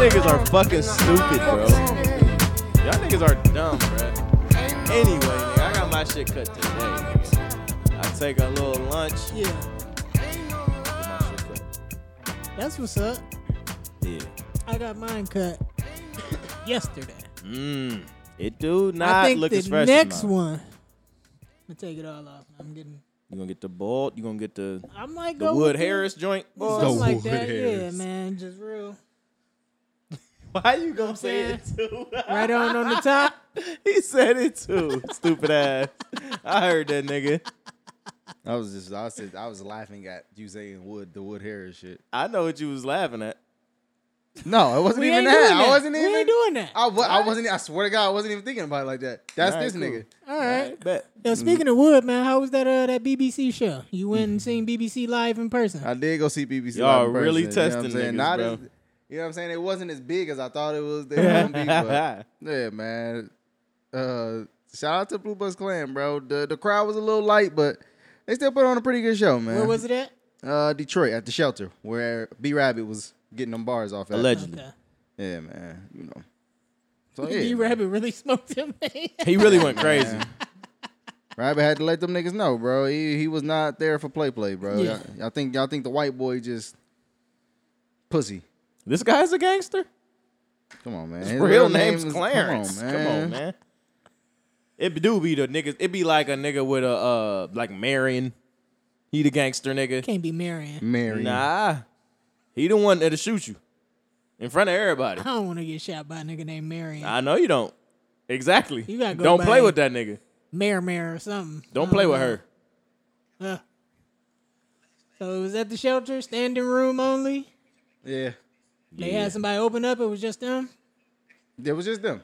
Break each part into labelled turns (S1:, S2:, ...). S1: fucking stupid, bro. Y'all niggas are dumb, bro. Anyway, nigga, I got my shit cut today, nigga. I take a little lunch. Get
S2: Yeah,
S1: my shit cut.
S2: that's what's up.
S1: Yeah.
S2: I got mine cut yesterday.
S1: Mmm. It do not
S2: I think
S1: look
S2: the
S1: as fresh. as
S2: next
S1: mine.
S2: one. I'm gonna take it all off. I'm getting.
S1: You gonna get the bald? You gonna get the
S2: I might
S1: the
S2: go
S1: Wood
S2: with the-
S1: Harris joint? boy?
S2: Something
S3: The
S2: like
S3: Wood
S2: that. Yeah,
S3: Harris.
S2: man, just real.
S1: Why you gonna say it too?
S2: Right on on the top.
S1: he said it too. Stupid ass. I heard that nigga.
S3: I was just I said I was laughing at you saying wood the wood hair and shit.
S1: I know what you was laughing at.
S3: No, it wasn't
S2: We
S3: even
S2: ain't
S3: that.
S2: doing that.
S3: I wasn't
S2: we
S3: even
S2: ain't doing that.
S3: I, wa- I wasn't. I swear to God, I wasn't even thinking about it like that. That's this
S1: Alright, cool.
S3: nigga.
S2: All right.
S1: Bet.
S2: Yo,
S3: Mm.
S2: speaking of wood, man, how was that uh, that BBC show? You went and seen BBC live in person.
S3: I did go see BBC. live
S1: Y'all
S3: in person,
S1: really
S3: you know what I'm
S1: testing
S3: saying?
S1: niggas,
S3: Not
S1: bro.
S3: As, you know what I'm saying? It wasn't as big as I thought it was. There gonna be, but yeah, man. Uh, shout out to Blue Bus Clan, bro. The the crowd was a little light, but they still put on a pretty good show, man.
S2: Where was it at?
S3: Uh, Detroit at the shelter where B Rabbit was getting them bars off. At.
S1: Allegedly.
S2: Okay.
S3: Yeah, man. You know. So
S2: B
S3: yeah,
S2: Rabbit really smoked him. man.
S1: He really went crazy.
S3: Rabbit had to let them niggas know, bro. He he was not there for play play, bro.
S2: Yeah.
S3: I, think y'all think the white boy just pussy.
S1: this guy's a gangster.
S3: Come on, man.
S1: His
S3: His
S1: real, name's
S3: is-
S1: Clarence. Come on, man. It do be the niggas. It be like a nigga with a uh like Marion. He the gangster nigga.
S2: Can't be marrying.
S3: Mary.
S1: Nah. He the one that'll shoot you. In front of everybody.
S2: I don't want to get shot by a nigga named Marion.
S1: I know you don't. Exactly.
S2: You gotta go
S1: don't play
S2: by-
S1: with that nigga.
S2: Mare Mare or something.
S1: Don't
S2: I
S1: play
S2: know.
S1: with her.
S2: Uh. So it was at the shelter, standing room only.
S3: Yeah.
S2: They had somebody open up. It was just them.
S3: It was just them.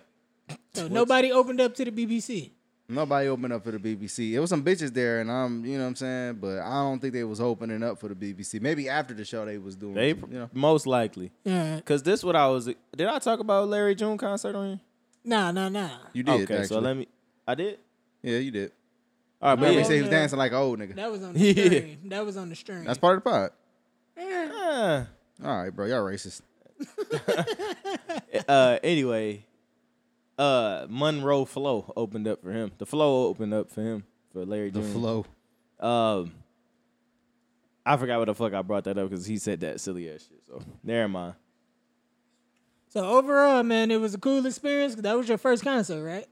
S2: So nobody opened up to the BBC.
S3: Nobody opened up for the BBC. It was some bitches there, and I'm, you know what I'm saying? But I don't think they was opening up for the BBC. Maybe after the show they was doing.
S1: They
S3: you know.
S1: most likely.
S2: All right.
S1: Cause this what I was did I talk about Larry June concert on you?
S2: Nah, nah, nah.
S3: You did,
S1: okay,
S3: actually.
S1: so let me I did?
S3: yeah, you did.
S1: All right,
S3: Let
S1: but
S3: me
S1: yeah.
S3: say he was
S2: yeah.
S3: dancing like an old nigga.
S2: That was on the
S1: Yeah.
S2: stream. That was on the stream.
S3: That's part of the pod.
S1: Ah.
S3: All right, bro. Y'all racist.
S1: uh anyway uh monroe flow opened up for him the flow opened up for him for larry
S3: The
S1: June.
S3: flow.
S1: um i forgot what the fuck i brought that up because he said that silly ass shit so never mind
S2: So overall, man, it was a cool experience. That was your first concert, right?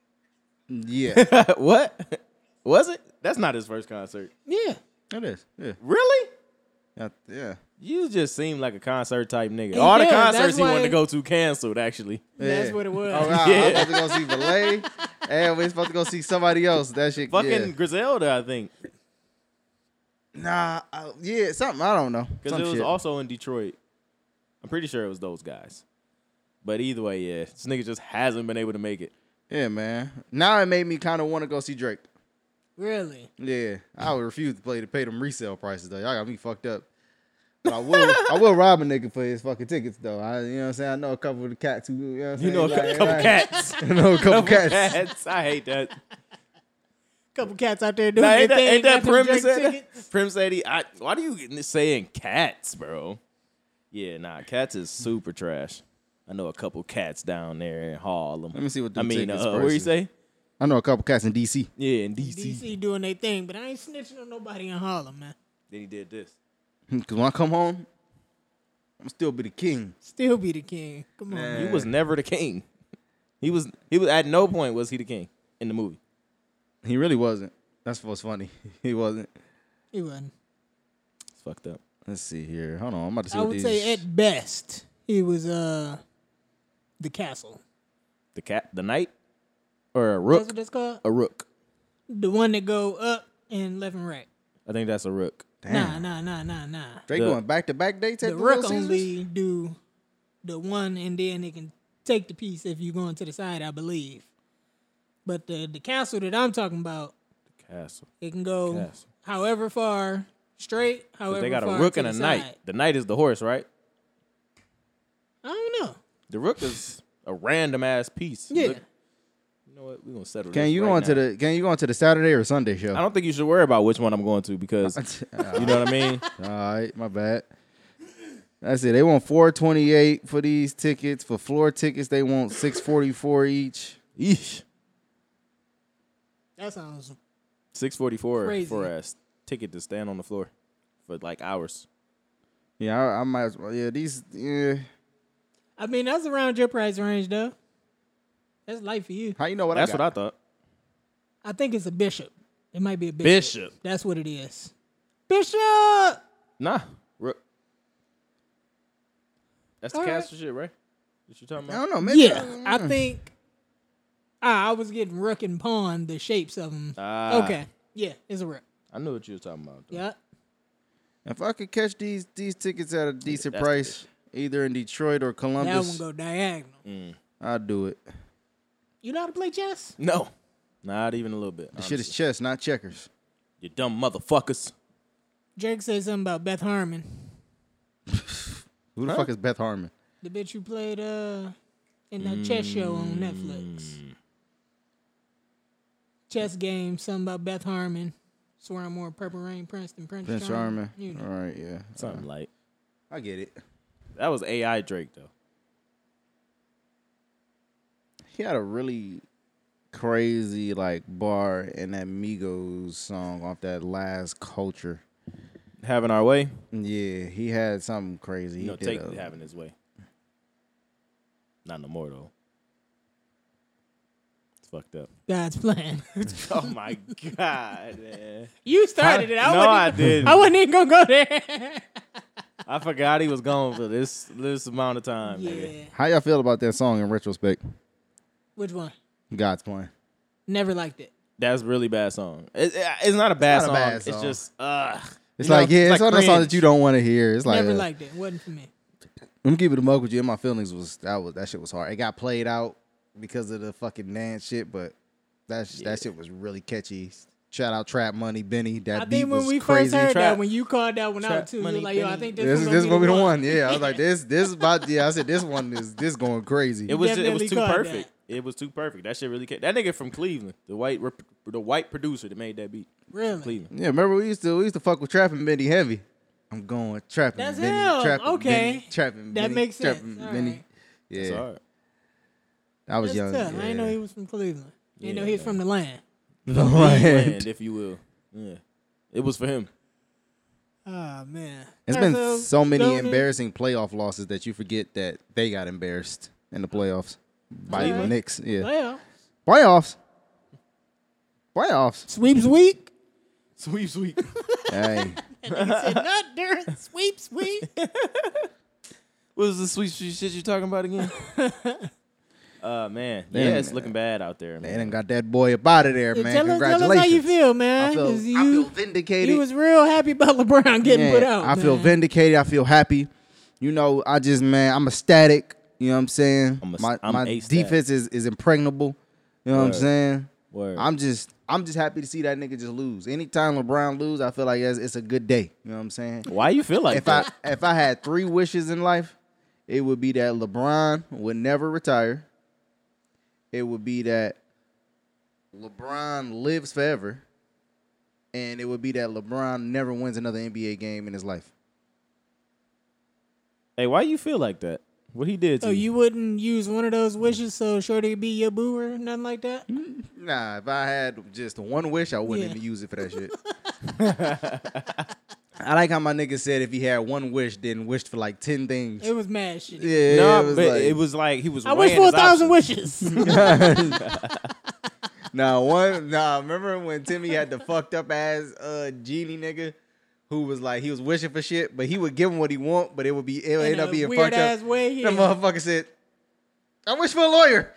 S3: Yeah.
S1: what was it that's not his first concert
S2: Yeah.
S3: it is. Yeah.
S1: really
S3: Yeah. Yeah.
S1: you just seem like a concert type nigga.
S2: He
S1: All the
S2: did, that's
S1: concerts he wanted
S2: why-
S1: to go to canceled, actually.
S2: That's
S3: Yeah.
S2: what it was.
S3: Oh, wow. I'm supposed to go see Valet, and we're supposed to go see somebody else. That shit.
S1: Fucking
S3: yeah.
S1: Griselda, I think.
S3: Nah. I, yeah, something. I don't know.
S1: Because
S3: Some
S1: it was
S3: shit.
S1: also in Detroit. I'm pretty sure it was those guys. But either way, yeah, this nigga just hasn't been able to make it.
S3: Yeah, man. Now it made me kind of want to go see Drake.
S2: Really?
S3: Yeah, I would refuse to play to pay them resale prices though. Y'all got me fucked up. But I will, I will rob a nigga for his fucking tickets though. I, you know what I'm saying? I know a couple of the cats who, you know, what I'm
S1: You know, a
S3: saying?
S1: cou-
S3: Like,
S1: couple
S3: like-
S1: cats.
S3: I know a couple cats.
S1: cats. I hate that.
S2: Couple cats out there doing
S1: Nah, ain't that,
S2: their thing.
S1: ain't that
S2: got them
S1: Prim
S2: Drake
S1: said that?
S2: tickets.
S1: Prim said he. I, why do you get- saying cats, bro? Yeah, nah, cats is super trash. I know a couple cats down there in Harlem.
S3: Let me see what
S1: I
S3: them
S1: mean.
S3: tickets
S1: Uh, where you
S3: prices.
S1: say?
S3: I know a couple cats in DC.
S1: Yeah, in DC.
S2: DC doing their thing, but I ain't snitching on nobody in Harlem, man.
S1: Then he did this.
S3: Cause when I come home, I'm still be the king.
S2: Still be the king. Come on.
S1: He was never the king. He was. He was at no point was he the king in the movie.
S3: He really wasn't. That's what's funny. He wasn't.
S2: He wasn't.
S1: It's fucked up.
S3: Let's see here. Hold on. I'm about to see
S2: I
S3: what
S2: would
S3: these.
S2: say at best, he was uh the castle.
S1: The cat, the knight, or a
S2: That's
S1: rook.
S2: what that's called?
S1: A rook.
S2: The one that go up and left and right.
S1: I think that's a rook.
S2: Nah, nah, nah, nah, nah.
S3: Drake
S1: the-
S3: going back to back dates at
S2: The
S3: the
S2: rook
S3: Little Caesars?
S2: only do the one and then it can take the piece if you're going to the side, I believe. But the the castle that I'm talking about,
S1: Castle.
S2: it can go
S1: Castle.
S2: however far straight, however
S1: They got a
S2: far
S1: rook
S2: Oh,
S1: and
S2: to
S1: a
S2: the
S1: knight.
S2: side.
S1: The knight is the horse, right?
S2: I don't know.
S1: The rook is a random ass piece.
S2: Yeah.
S1: Look- you know what? We're gonna settle.
S3: Can
S1: this
S3: you
S1: right
S3: go on to
S1: now.
S3: the Can you go on to the Saturday or Sunday show?
S1: I don't think you should worry about which one I'm going to because you know what I mean.
S3: All right, my bad. That's it. They want four twenty eight for these tickets. For floor tickets, they want six forty four each.
S1: Yeesh.
S2: That sounds
S1: Six forty four
S2: Crazy.
S1: for a s- ticket to stand on the floor for like hours.
S3: Yeah, I, I might as well. Yeah, these. Yeah.
S2: I mean, that's around your price range, though. That's light for you.
S3: How you know what?
S1: That's
S3: I
S1: what I
S3: got?
S1: thought.
S2: I think it's a bishop. It might be a bishop.
S1: Bishop.
S2: That's what it is. Bishop.
S1: Nah. Ru- That's the
S2: All right.
S1: caster shit, right? What you talking
S3: I
S1: about?
S3: don't know. Maybe
S2: Yeah, mm. I think. Ah, I was getting rook and pawn, the shapes of them.
S1: Ah.
S2: okay. Yeah, it's a rook.
S1: I knew what you were talking about. though.
S2: Yeah.
S3: If I could catch these these tickets at a decent
S1: that's the
S3: price, either in Detroit or
S2: That one
S3: Columbus,
S2: go diagonal.
S3: I'd do it.
S2: You know how to play chess?
S1: No. Not even a little bit.
S3: The shit is
S1: honestly.
S3: chess, not checkers.
S1: you dumb motherfuckers.
S2: Drake said something about Beth Harmon,
S3: Who the
S1: Huh?
S3: fuck is Beth Harmon?
S2: the bitch who played uh in that chess show on Netflix. Chess game, something about Beth Harmon. Swear I'm more Purple Rain Prince than Prince,
S3: Prince Harmon.
S2: Charming. You know.
S3: All right, yeah.
S1: Something like
S3: I get it.
S1: that was AI Drake though.
S3: He had a really crazy like bar in that Migos song off that last culture.
S1: Having our way.
S3: Yeah, he had something crazy. He
S1: no,
S3: did
S1: take
S3: a-
S1: having his way. Not no more though. It's fucked up.
S2: God's plan.
S1: oh my god, man.
S2: you started it. I
S1: no,
S2: wasn't
S1: I didn't.
S2: I wasn't even gonna go there.
S1: I forgot he was gone for this this amount of time. nigga.
S2: yeah.
S3: How y'all feel about that song in retrospect?
S2: Which one?
S3: God's plan.
S2: Never liked it.
S1: That's a really bad song. It, it- it's not a bad,
S3: not a
S1: song.
S3: bad
S1: It's
S3: song.
S1: just ugh.
S3: It's
S1: You know,
S3: like yeah, it's one of those songs
S1: cringe.
S3: that you don't want to hear. It's like
S2: Never
S3: uh,
S2: liked it. Wasn't for me.
S3: I'm keeping it a mug with you. And my feelings was that was that shit was hard. It got played out because of the fucking dance shit, but that sh- that shit was really catchy. Shout out Trap Money Benny. That
S2: I
S3: beat
S2: think when
S3: was
S2: we
S3: crazy.
S2: first heard
S1: Trap-
S2: that, when you called that one
S1: Trap
S2: out too,
S1: money
S2: you're like, yo, I
S1: penny.
S2: think this,
S3: this
S2: is
S3: is
S2: gonna
S3: this
S2: be
S3: gonna be the
S2: one.
S3: one. Yeah, I was like this this is about yeah. I said this one is this going crazy.
S1: It was just, it
S2: definitely
S1: was too
S2: caught
S1: perfect. It was too perfect. That shit really ca- that nigga from Cleveland, the white rep- the white producer that made that beat.
S2: Really?
S1: Cleveland.
S3: yeah, remember we used to we used to fuck with Trap and Benny heavy. I'm going trapping.
S2: That's
S3: Benny,
S2: him.
S3: Trapping
S2: Okay.
S3: Benny, trapping.
S2: That
S3: Benny,
S2: makes sense.
S3: Trapping
S2: All
S3: Benny.
S2: right.
S3: Yeah,
S1: It's hard.
S3: I was
S2: That's
S3: young.
S2: tough.
S3: Yeah.
S2: I didn't know he was from Cleveland. I didn't know
S1: Yeah,
S2: he was from the land.
S1: Land, if you will. Yeah. It was for him.
S2: Oh man.
S3: It's
S2: All right,
S3: been so many
S2: Golden-
S3: embarrassing playoff losses that you forget that they got embarrassed in the playoffs by the
S2: Cleveland?
S3: Knicks. Yeah,
S2: Well,
S3: playoffs, playoffs.
S2: sweeps week.
S1: Sweep, sweep.
S3: hey,
S2: He said not during sweeps week.
S1: What was the sweet shit shit you talking about again? uh man, yeah,
S3: Damn,
S1: it's
S3: man.
S1: looking bad out there.
S3: they
S1: Man.
S3: done got that boy up out of there,
S2: Tell
S3: man.
S2: us,
S3: Congratulations.
S2: tell us how you feel, man.
S3: I feel,
S2: 'cause
S3: I feel
S2: you,
S3: vindicated.
S2: you was real happy about LeBron getting
S3: Yeah,
S2: put out.
S3: I feel
S2: man.
S3: vindicated. I feel happy. You know, I just man, I'm ecstatic. You know what I'm saying?
S1: I'm a-
S3: my
S1: I'm
S3: my
S1: ecstatic.
S3: defense is, is impregnable. You know what I'm
S1: Word.
S3: saying?
S1: Word.
S3: I'm just I'm just happy to see that nigga just lose. Anytime LeBron lose, I feel like it's, it's a good day. You know what I'm saying?
S1: Why you feel like
S3: If I
S1: that?
S3: if I had three wishes in life, it would be that LeBron would never retire. It would be that LeBron lives forever, and it would be that LeBron never wins another NBA game in his life.
S1: hey, why you feel like that? What he did to
S2: So
S1: you?
S2: Oh, you wouldn't use one of those wishes so Shorty be your boo or nothing like that?
S1: Mm-hmm.
S3: Nah, if I had just one wish, I wouldn't
S2: Yeah.
S3: even use it for that shit. I like how my nigga said if he had one wish, then wished for like ten things.
S2: It was mad shit.
S3: yeah,
S1: no,
S3: it was
S1: but
S3: like,
S1: it was like he was.
S2: I wish
S1: weighing
S2: for a
S1: his
S2: thousand
S1: options.
S2: wishes.
S3: nah one nah. Remember when Timmy had the fucked up ass uh genie nigga who was like he was wishing for shit, but he would give him what he want, but it would be it would
S2: In
S3: end
S2: a
S3: up being
S2: weird
S3: fucked up.
S2: ass way, yeah.
S3: That motherfucker said, "I wish for a lawyer."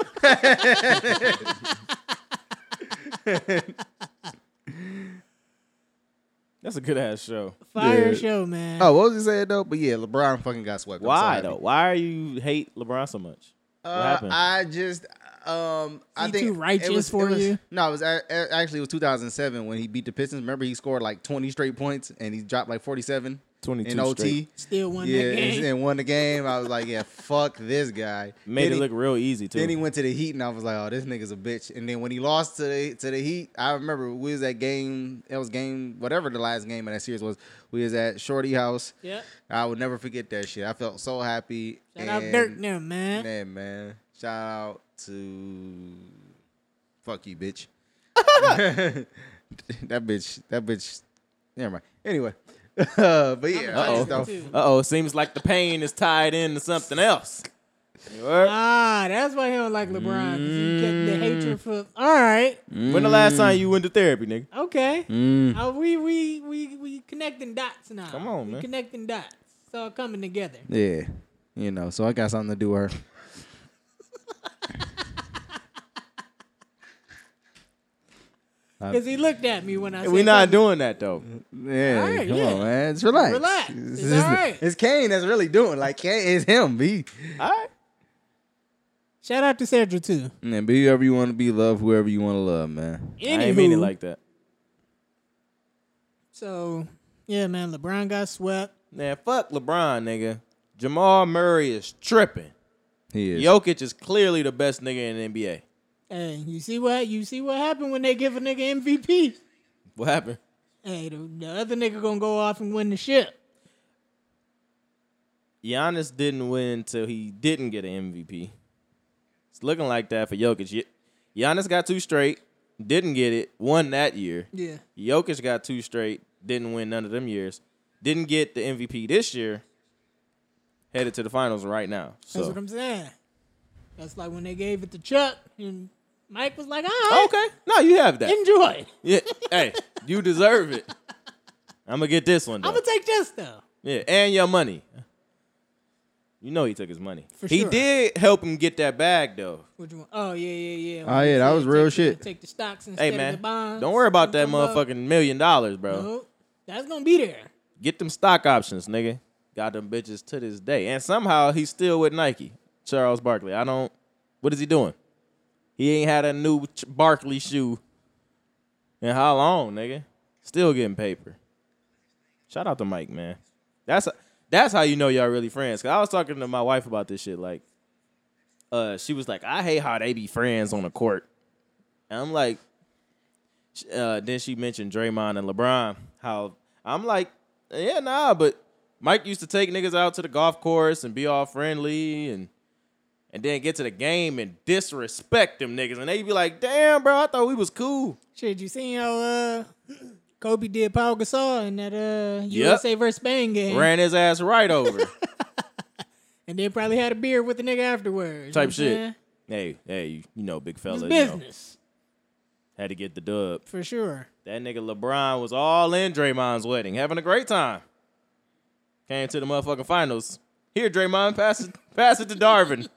S1: That's a good ass show.
S2: Fire
S3: Yeah.
S2: show, man.
S3: oh, what was he saying though? But yeah, LeBron fucking got swept. I'm
S1: Why
S3: sorry.
S1: though? Why are you hate LeBron so much? What
S3: Uh,
S1: happened?
S3: I just um I
S2: he
S3: think
S2: too righteous
S3: it was,
S2: for
S3: it was-
S2: you?
S3: No, it was a- a- actually it was 2007 when he beat the Pistons. Remember he scored like 20 straight points and he dropped like 47.
S1: 22
S3: in OT.
S1: straight.
S2: Still won
S3: Yeah,
S2: that game.
S3: and won the game. I was like, yeah, fuck this guy.
S1: Made
S3: Then
S1: it
S3: he-
S1: look real easy too.
S3: Then he went to the Heat, and I was like, "Oh, this nigga's a bitch." And then when he lost to the to the Heat, I remember we was at game. It was game whatever the last game of that series was. We was at Shorty House.
S2: Yep.
S3: I would never forget that shit. I felt so happy.
S2: Shout
S3: and,
S2: out Dirk now, man.
S3: Man, man, shout out to fuck you, bitch. that bitch. That bitch. Never mind. Anyway, but yeah, I
S1: Uh
S3: just
S2: Uh-oh.
S3: thought-
S2: Too.
S1: oh. Seems like the pain is tied into something else. You heard?
S2: Ah, that's why he don't like LeBron. 'cause He kept
S1: Mm.
S2: the hatred for. All right,
S1: When the last time you went to therapy, nigga?
S2: okay.
S1: Mm.
S2: Uh, we we we we connecting dots now.
S1: Come on,
S2: we
S1: man.
S2: Connecting dots. It's all coming together.
S3: yeah, you know. So I got something to do with her.
S2: Because he looked at me when I.
S1: We
S2: said
S1: not
S2: something.
S1: doing that though.
S3: Uh, Yeah,
S2: All right,
S3: come
S2: yeah.
S3: on, man. Just relax.
S2: Relax. It's all right.
S3: it's Kane that's really doing. Like Kane, it's him. Be
S1: All right.
S2: Shout out to Sergio too.
S3: and be whoever you want to be. Love whoever you want to love, man.
S2: Anywho,
S1: I ain't mean it like that.
S2: so. Yeah, man. LeBron got swept.
S1: Man, fuck LeBron, nigga. Jamal Murray is tripping.
S3: He is.
S1: Jokic is clearly the best nigga in the NBA.
S2: Hey, you see what you see what happened when they give a nigga MVP.
S1: What happened?
S2: Hey, the, the other nigga gonna go off and win the ship.
S1: Giannis didn't win until he didn't get an MVP. It's looking like that for Jokic. Ye- Giannis got two straight, didn't get it, won that year.
S2: Yeah.
S1: Jokic got two straight, didn't win none of them years. Didn't get the MVP this year. Headed to the finals right now.
S2: That's
S1: So
S2: what I'm saying. That's like when they gave it to Chuck and Mike was like, all right,
S1: Oh, okay, no, you have that.
S2: enjoy.
S1: Yeah, hey, you deserve it. I'm gonna get this one. Though.
S2: I'm gonna take this though.
S1: Yeah, and your money. You know he took his money.
S2: For
S1: he
S2: sure.
S1: did help him get that bag though.
S2: Which one? Oh yeah, yeah, yeah.
S3: Oh, yeah, that
S2: Said
S3: was real
S2: take the-
S3: shit.
S2: Take the stocks instead
S1: Hey
S2: of
S1: man,
S2: the bonds.
S1: don't worry about that
S2: Come up.
S1: motherfucking million dollars, bro.
S2: Nope. That's gonna be there.
S1: Get them stock options, nigga. Got them bitches to this day, and somehow he's still with Nike. Charles Barkley. I don't. What is he doing? He ain't had a new Ch- Barkley shoe in how long, nigga? Still getting paper. Shout out to Mike, man. That's that's how you know y'all really friends. Cause I was talking to my wife about this shit. Like, uh, she was like, I hate how they be friends on the court. And I'm like, sh- uh, then she mentioned Draymond and LeBron. How I'm like, yeah, nah, but Mike used to take niggas out to the golf course and be all friendly and and then get to the game and disrespect them niggas. And they be like, damn, bro, I thought we was cool.
S2: Shit, you seen how uh, Kobe did Paul Gasol in that uh, USA versus Spain game,
S1: Ran his ass right over.
S2: and then probably had a beer with the nigga afterwards.
S1: type
S2: you know what I'm
S1: shit.
S2: saying?
S1: Hey, hey, you- you know, big
S2: It's
S1: fella, you know,
S2: business
S1: had to get the dub.
S2: for sure.
S1: That nigga LeBron was all in Draymond's wedding, having a great time. Came to the motherfucking finals. Here, Draymond, pass it, pass it to Darvin,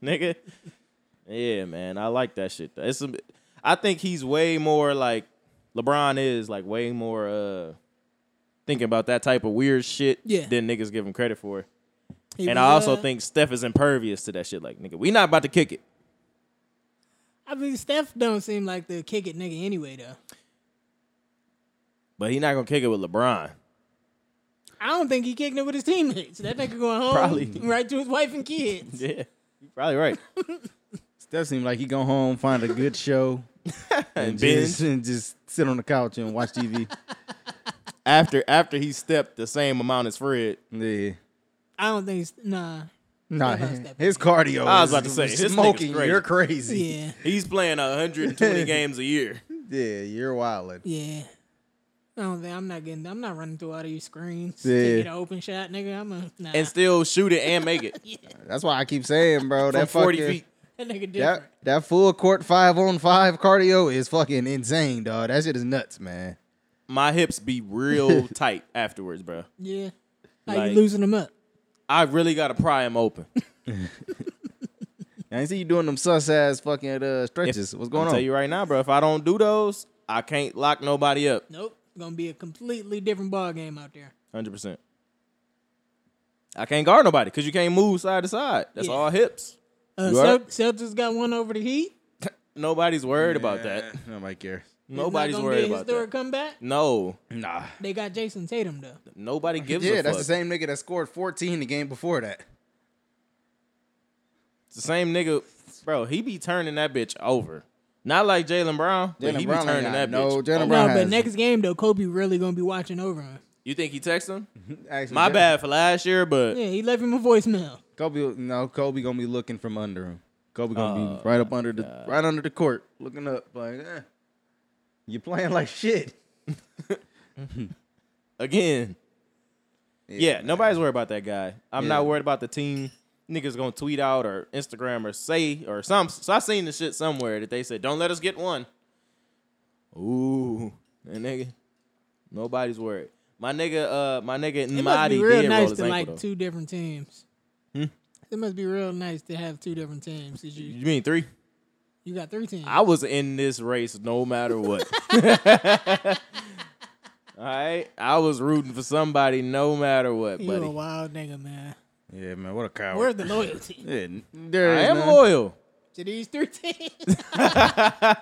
S1: nigga. Yeah, man, I like that shit. though. It's, a, I think he's way more like LeBron is like way more uh thinking about that type of weird shit
S2: Yeah.
S1: than niggas give him credit for.
S2: He
S1: and
S2: was,
S1: I also
S2: uh,
S1: think Steph is impervious to that shit. Like, nigga, we not about to kick it.
S2: I mean, Steph don't seem like the kick it nigga anyway though.
S1: But he not gonna kick it with LeBron.
S2: I don't think he kicked it with his teammates. That nigga going home
S1: Probably.
S2: right to his wife and kids.
S1: Yeah. You probably right.
S3: Steph seemed like he go home, find a good show,
S1: and
S3: just, and just sit on the couch and watch TV.
S1: after after he stepped the same amount as Fred.
S3: yeah.
S2: I don't think s- nah.
S3: Nah,
S2: What about Steph?
S3: his cardio.
S1: I was
S3: is
S1: about to say, this nigga's
S3: smoking.
S1: crazy.
S3: You're crazy.
S2: Yeah,
S1: He's playing 120 games a year.
S3: Yeah, you're wilding.
S2: yeah. I don't think I'm not getting. I'm not running through all these screens
S3: Yeah.
S2: to get an open shot, nigga. I'm a nah.
S1: And still shoot it and make it.
S3: That's why I keep saying, bro,
S1: From
S3: that
S1: 40
S3: fucking-
S1: feet.
S2: that nigga different.
S3: That that full court five on five cardio is fucking insane, dog. That shit is nuts, man.
S1: My hips be real tight afterwards, bro.
S2: yeah, how
S1: Like-
S2: you losing them up?
S1: I really gotta pry them open.
S3: I ain't see you doing them sus ass fucking uh, stretches. What's going
S1: I'll
S3: on?
S1: tell you right now, bro. If I don't do those, I can't lock nobody up.
S2: Nope, gonna be a completely different ball game out there.
S1: 100. percent I can't guard nobody because you can't move side to side. That's
S2: Yeah.
S1: all hips.
S2: Uh,
S1: You all right?
S2: Celt- Celtics got one over the Heat.
S1: Nobody's worried about that.
S3: Nobody cares.
S1: Nobody's
S2: gonna
S1: worried
S2: be a
S1: about
S2: historic
S1: that.
S2: comeback.
S1: No,
S3: Nah.
S2: They got Jason Tatum though.
S1: nobody gives
S3: Yeah,
S1: a
S3: that's
S1: fuck.
S3: the same nigga that scored 14 the game before that.
S1: It's the same nigga, bro. He be turning that bitch over. Not like Jalen Brown, but
S3: Jalen
S1: he
S3: Brown ain't
S1: be turning
S3: got
S1: that
S3: no-
S1: bitch. Oh,
S3: Jalen
S1: over.
S3: Brown
S2: No, but
S3: has-
S2: next game though, Kobe really gonna be watching over him.
S1: You think he text him?
S3: Actually,
S1: My
S3: Jalen-
S1: bad for last year, but
S2: Yeah, he left him a voicemail.
S3: Kobe, no, Kobe gonna be looking from under him. Kobe gonna
S1: Oh,
S3: be right up under the right under the court, looking up like, eh, you playing like shit.
S1: again, yeah,
S3: man.
S1: nobody's worried about that guy. I'm
S3: Yeah.
S1: not worried about the team. Niggas gonna tweet out or Instagram or say or some. So I seen the shit somewhere that they said, "Don't let us get one." Ooh, and nigga, nobody's worried. My nigga, uh, my nigga,
S2: It must
S1: Madi
S2: be real
S1: did roll
S2: nice
S1: his
S2: to
S1: ankle.
S2: like
S1: though. Hmm?
S2: two different teams. It must be real nice to have two different teams. 'cause you
S1: you mean three?
S2: you got three teams.
S1: I was in this race no matter what. All right, I was rooting for somebody no matter what,
S2: you a
S1: buddy.
S2: wild nigga, man.
S3: Yeah, man, what a coward.
S2: Where's the loyalty
S3: yeah, n- there
S1: I
S3: is
S1: am
S3: none.
S1: loyal
S2: to these three teams?
S1: to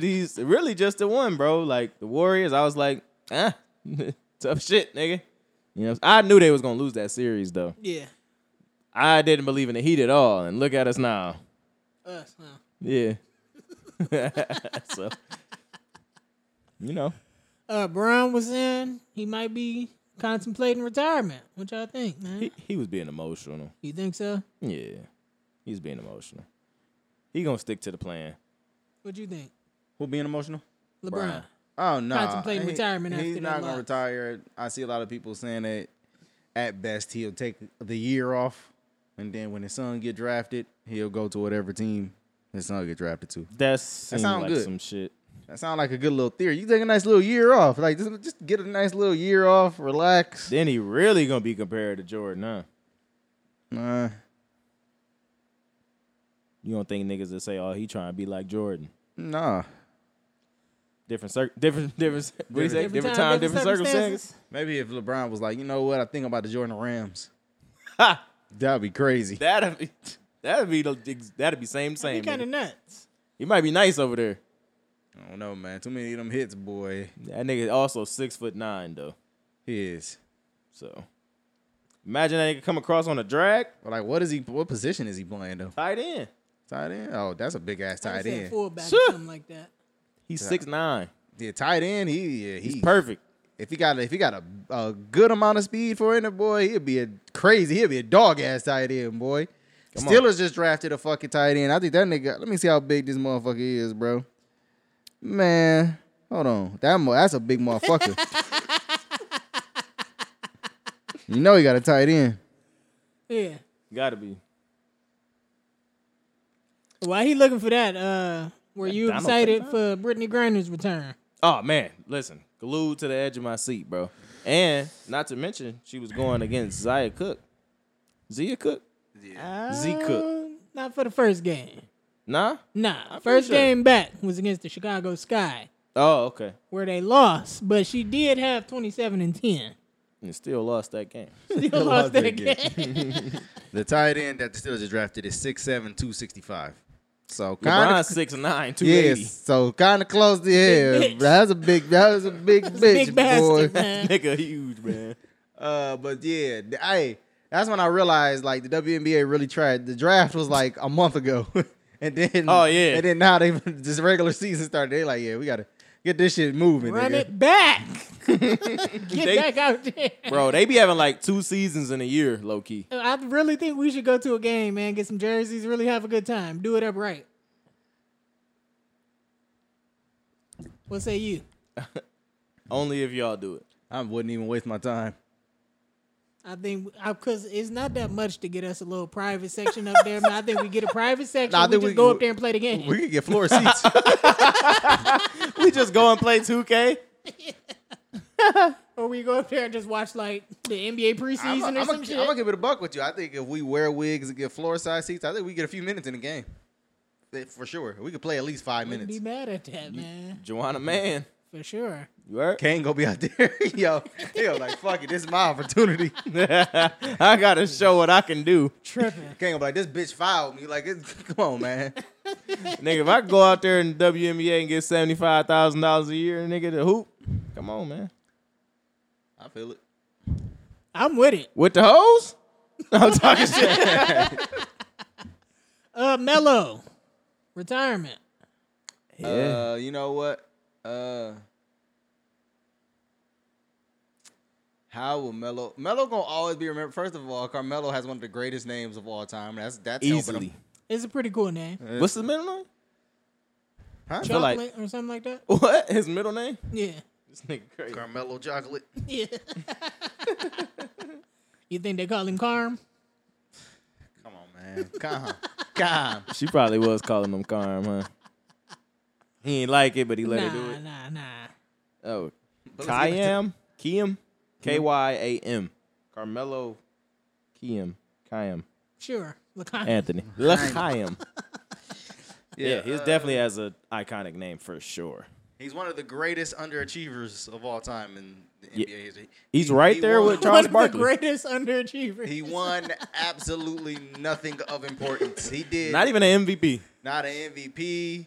S1: these, really just the one, bro. Like the Warriors, I was like, ah, tough shit, nigga. You know, I knew they was gonna lose that series though.
S2: yeah,
S1: I didn't believe in the Heat at all, and look at us now.
S2: us, huh?
S1: Yeah. so, you know,
S2: Uh, Brown was in. He might be contemplating retirement. What y'all think, man?
S1: he, he was being emotional.
S2: You think so?
S1: Yeah, he's being emotional. He gonna stick to the plan.
S2: What you think,
S3: Who being emotional?
S2: LeBron?
S1: Brown.
S3: Oh no,
S2: Contemplating retirement
S3: He's
S2: after
S3: not
S2: that
S3: gonna
S2: loss.
S3: retire. I see a lot of people saying that at best he'll take the year off, and then when his son get drafted, he'll go to whatever team his son get drafted to.
S1: That's that
S3: sound
S1: sound like
S3: good.
S1: some shit.
S3: That sounds like a good little theory. You take a nice little year off, like just, just get a nice little year off, relax.
S1: Then he really gonna be compared to Jordan, huh?
S3: Nah.
S1: You don't think niggas that say, "Oh, he trying to be like Jordan"?
S3: Nah,
S1: Different, cir- different, different. What do you say?
S2: Different
S1: Different
S2: time,
S1: time,
S2: different
S1: different circumstances.
S3: maybe if LeBron was like, you know what, I think about the Jordan Rams. That'd be crazy.
S1: That'd be, that'd be, the, that'd be same,
S2: He
S1: same.
S2: kind of
S1: nigga.
S2: nuts.
S1: He might be nice over there.
S3: I don't know, man. Too many of them hits, boy.
S1: That nigga also six foot nine though.
S3: He is.
S1: So imagine that nigga come across on a drag,
S3: But like, what is he? What position is he playing though?
S1: tight end.
S3: Tight end. Oh, that's a big ass
S2: I
S3: tight
S2: said
S3: end.
S2: Fullback
S1: Sure.
S2: or something like that.
S1: He's six nine.
S3: Yeah, tight end. He yeah,
S1: He's
S3: he
S1: perfect.
S3: if he got if he got a, a good amount of speed for him, boy, he'd be a crazy. He'd be a dog ass tight end, boy.
S1: Come on.
S3: Steelers just drafted a fucking tight end. I think that nigga. Let me see how big this motherfucker is, bro. Man, hold on. That mo- that's a big motherfucker. you know he got a tight end.
S2: Yeah.
S1: Gotta be.
S2: Why he looking for that? Uh, were you
S1: Donald
S2: excited
S1: Faison?
S2: for Brittany Griner's return?
S1: Oh man, listen, glued to the edge of my seat, bro. And not to mention, she was going against Zaya Cook, Zia Cook, Z Cook.
S2: Uh, Not for the first game.
S1: Nah.
S2: Nah,
S1: pretty
S2: first
S1: sure.
S2: game back was against the Chicago Sky,
S1: Oh, okay.
S2: where they lost, but she did have 27 and 10.
S1: And still lost that game.
S2: Still
S3: lost
S2: lost that
S3: that
S2: game.
S3: The tight end that the Steelers just drafted is 6'7", 265. So kind
S1: LeBron
S3: of
S1: six nine two eighty.
S3: yes. So kind of close to yeah.
S2: bitch.
S3: That's a big. That was a big bitch,
S2: Big
S3: boy.
S2: bastard, man.
S1: Nigga, huge man.
S3: Uh, but yeah, hey, that's when I realized like the WNBA really tried. The draft was like a month ago, and then
S1: Oh, yeah.
S3: and then now they this regular season started. They like, yeah, we gotta get this shit moving.
S2: Run
S3: nigga.
S2: it back. Get
S1: They-
S2: back out there.
S1: Bro, they be having like two seasons in a year, low key.
S2: I really think we should go to a game, man. Get some jerseys, really have a good time. Do it upright. What say you?
S1: Only if y'all do it.
S3: I wouldn't even waste my time.
S2: I think because it's not that much to get us a little private section up there. Man, I think we get a private section.
S3: Nah, I
S2: we
S3: think
S2: just
S3: we-
S2: go up there and play the game.
S3: We could get floor seats.
S1: We just go and play 2K.
S2: Or we go up there and just watch like the NBA preseason
S3: I'm
S2: or some shit.
S3: gonna give it a buck with you. I think if we wear wigs and get floor size seats, I think we get a few minutes in the game. Eh, For sure, we could play at least five
S2: Wouldn't
S3: minutes.
S2: be mad at that, man.
S1: Joanna Man.
S2: For sure.
S1: You heard?
S3: Kane gonna be out there, yo. Yo, like fuck it, this is my opportunity.
S1: I gotta show what I can do.
S2: Tripping.
S3: Kane gonna be like, this bitch fouled me. Like, it, come on, man.
S1: nigga, if I could go out there in WNBA and get seventy five thousand dollars a year, nigga, to hoop, come on, man.
S3: I feel it.
S2: I'm with it.
S1: With the hoes? I'm talking shit.
S2: Uh, Mello, retirement.
S1: Yeah.
S3: Uh, you know what? Uh, how will Melo? Melo gonna always be remembered. First of all, Carmelo has one of the greatest names of all time. That's that's helping
S1: Easily.
S3: him.
S2: It's a pretty cool name.
S1: What's his middle name?
S3: Huh?
S1: feel like-
S2: Chocolate or something like that.
S1: What? His middle name?
S2: Yeah.
S1: This nigga crazy.
S3: Carmelo chocolate.
S2: Yeah. you think they call him Carm?
S3: Come on, man. Calm, calm.
S1: She probably was calling him Carm, huh? He ain't like it, but he let
S2: nah,
S1: her do it.
S2: nah, nah.
S1: Oh, Kayam, Kiam, K Y A M, Carmelo, Kiam, Kiam,
S2: Sure. Lacan.
S1: Anthony, Lakiam.
S3: Yeah,
S1: Yeah, he
S3: uh,
S1: definitely has an iconic name for sure.
S3: He's one of the greatest underachievers of all time in the
S1: Yeah.
S3: NBA history.
S1: He's right there
S3: won-
S1: with Charles
S2: One of the
S1: Barkley.
S2: greatest underachievers.
S3: He won absolutely nothing of importance. He did
S1: Not even an MVP.
S2: e-
S3: not an MVP,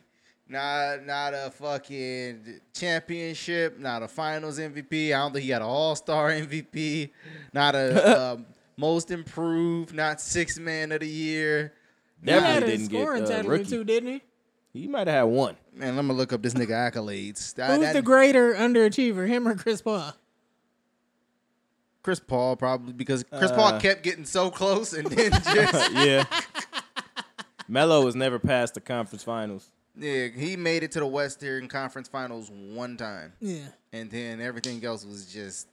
S3: not not a fucking championship, not a Finals MVP. I don't think he got an All Star MVP, not a um, Most Improved, not Six Man of the Year.
S2: He
S1: Definitely
S2: had a
S1: didn't
S2: scoring
S1: get uh,
S2: title or
S1: rookie.
S2: two, didn't he?
S1: He might have had one.
S3: Man, I'm gonna look up this nigga accolades. That-
S2: Who's
S3: that-
S2: the greater underachiever, him or Chris Paul?
S3: Chris Paul probably because Chris
S2: Uh.
S3: Paul kept getting so close and then just
S1: yeah. Melo was never past the conference finals.
S3: yeah, he made it to the Western Conference Finals one time.
S2: Yeah.
S3: and then everything else was just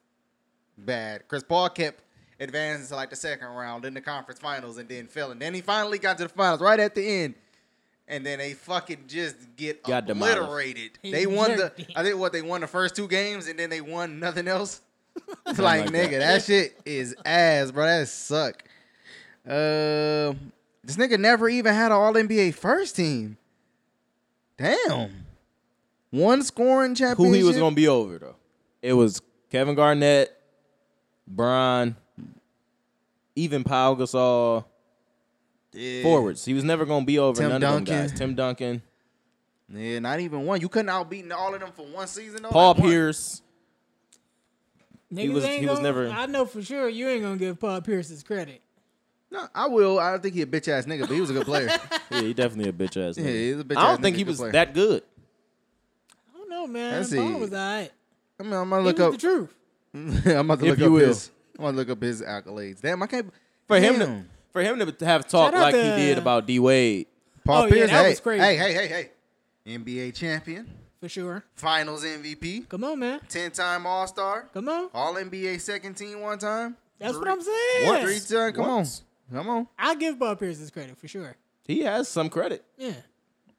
S3: bad. Chris Paul kept advancing to like the second round, then the conference finals, and then failing. Then he finally got to the finals right at the end, and then they fucking just get
S1: Got demolished.
S3: obliterated.
S2: He
S3: They won the
S2: jerked it.
S3: I think what they won the first two games, and then they won nothing else. It's like,
S1: like that.
S3: nigga, that. shit is ass, bro. That suck. Uh, this nigga never even had an All NBA first team. Damn. One scoring championship.
S1: Who he was going to be over, though? It was Kevin Garnett, Bron, even Paul Gasol,
S3: Yeah.
S1: forwards. He was never going to be over
S3: Tim
S1: none of them
S3: Duncan.
S1: guys. Tim Duncan,
S3: Yeah, not even one. You couldn't outbeat all of them for one season. Though?
S1: Paul
S3: Like, one.
S1: Pierce.
S2: Niggas
S1: was-
S2: ain't
S1: he was
S2: gonna-
S1: never-
S2: I know for sure you ain't gonna give Paul Pierce his credit.
S3: No, I will. I don't think he a bitch ass nigga, but he was a good player.
S1: Yeah, he definitely a bitch ass. nigga.
S3: he's a bitch
S1: I
S3: ass
S1: don't think
S3: nigga,
S1: he
S3: good
S1: was
S3: player.
S1: that good.
S2: I don't know, man.
S3: Let's
S2: Paul
S3: see.
S2: was all right.
S3: I mean, I'm gonna
S2: He
S3: look
S2: was
S3: up.
S2: the truth.
S3: I'm about to
S1: If
S3: look
S1: you
S3: up
S1: will.
S3: his. I'm gonna look up his accolades. Damn, I can't.
S1: For him to
S3: Damn.
S1: for him to have talked
S2: Shout out
S1: like
S2: to-
S1: he did about D Wade.
S3: Paul
S2: Oh, yeah,
S3: Pierce.
S2: that
S3: hey,
S2: was crazy.
S3: hey, hey, hey, hey. NBA champion,
S2: For sure.
S3: Finals MVP,
S2: Come on, man.
S3: ten-time All Star,
S2: Come on.
S3: All NBA second team one time.
S2: That's what
S3: Three-
S2: I'm saying.
S1: What?
S3: Three time. Come
S1: Once.
S3: on, come on.
S2: I give Paul Pierce his credit for sure.
S1: He has some credit,
S2: Yeah.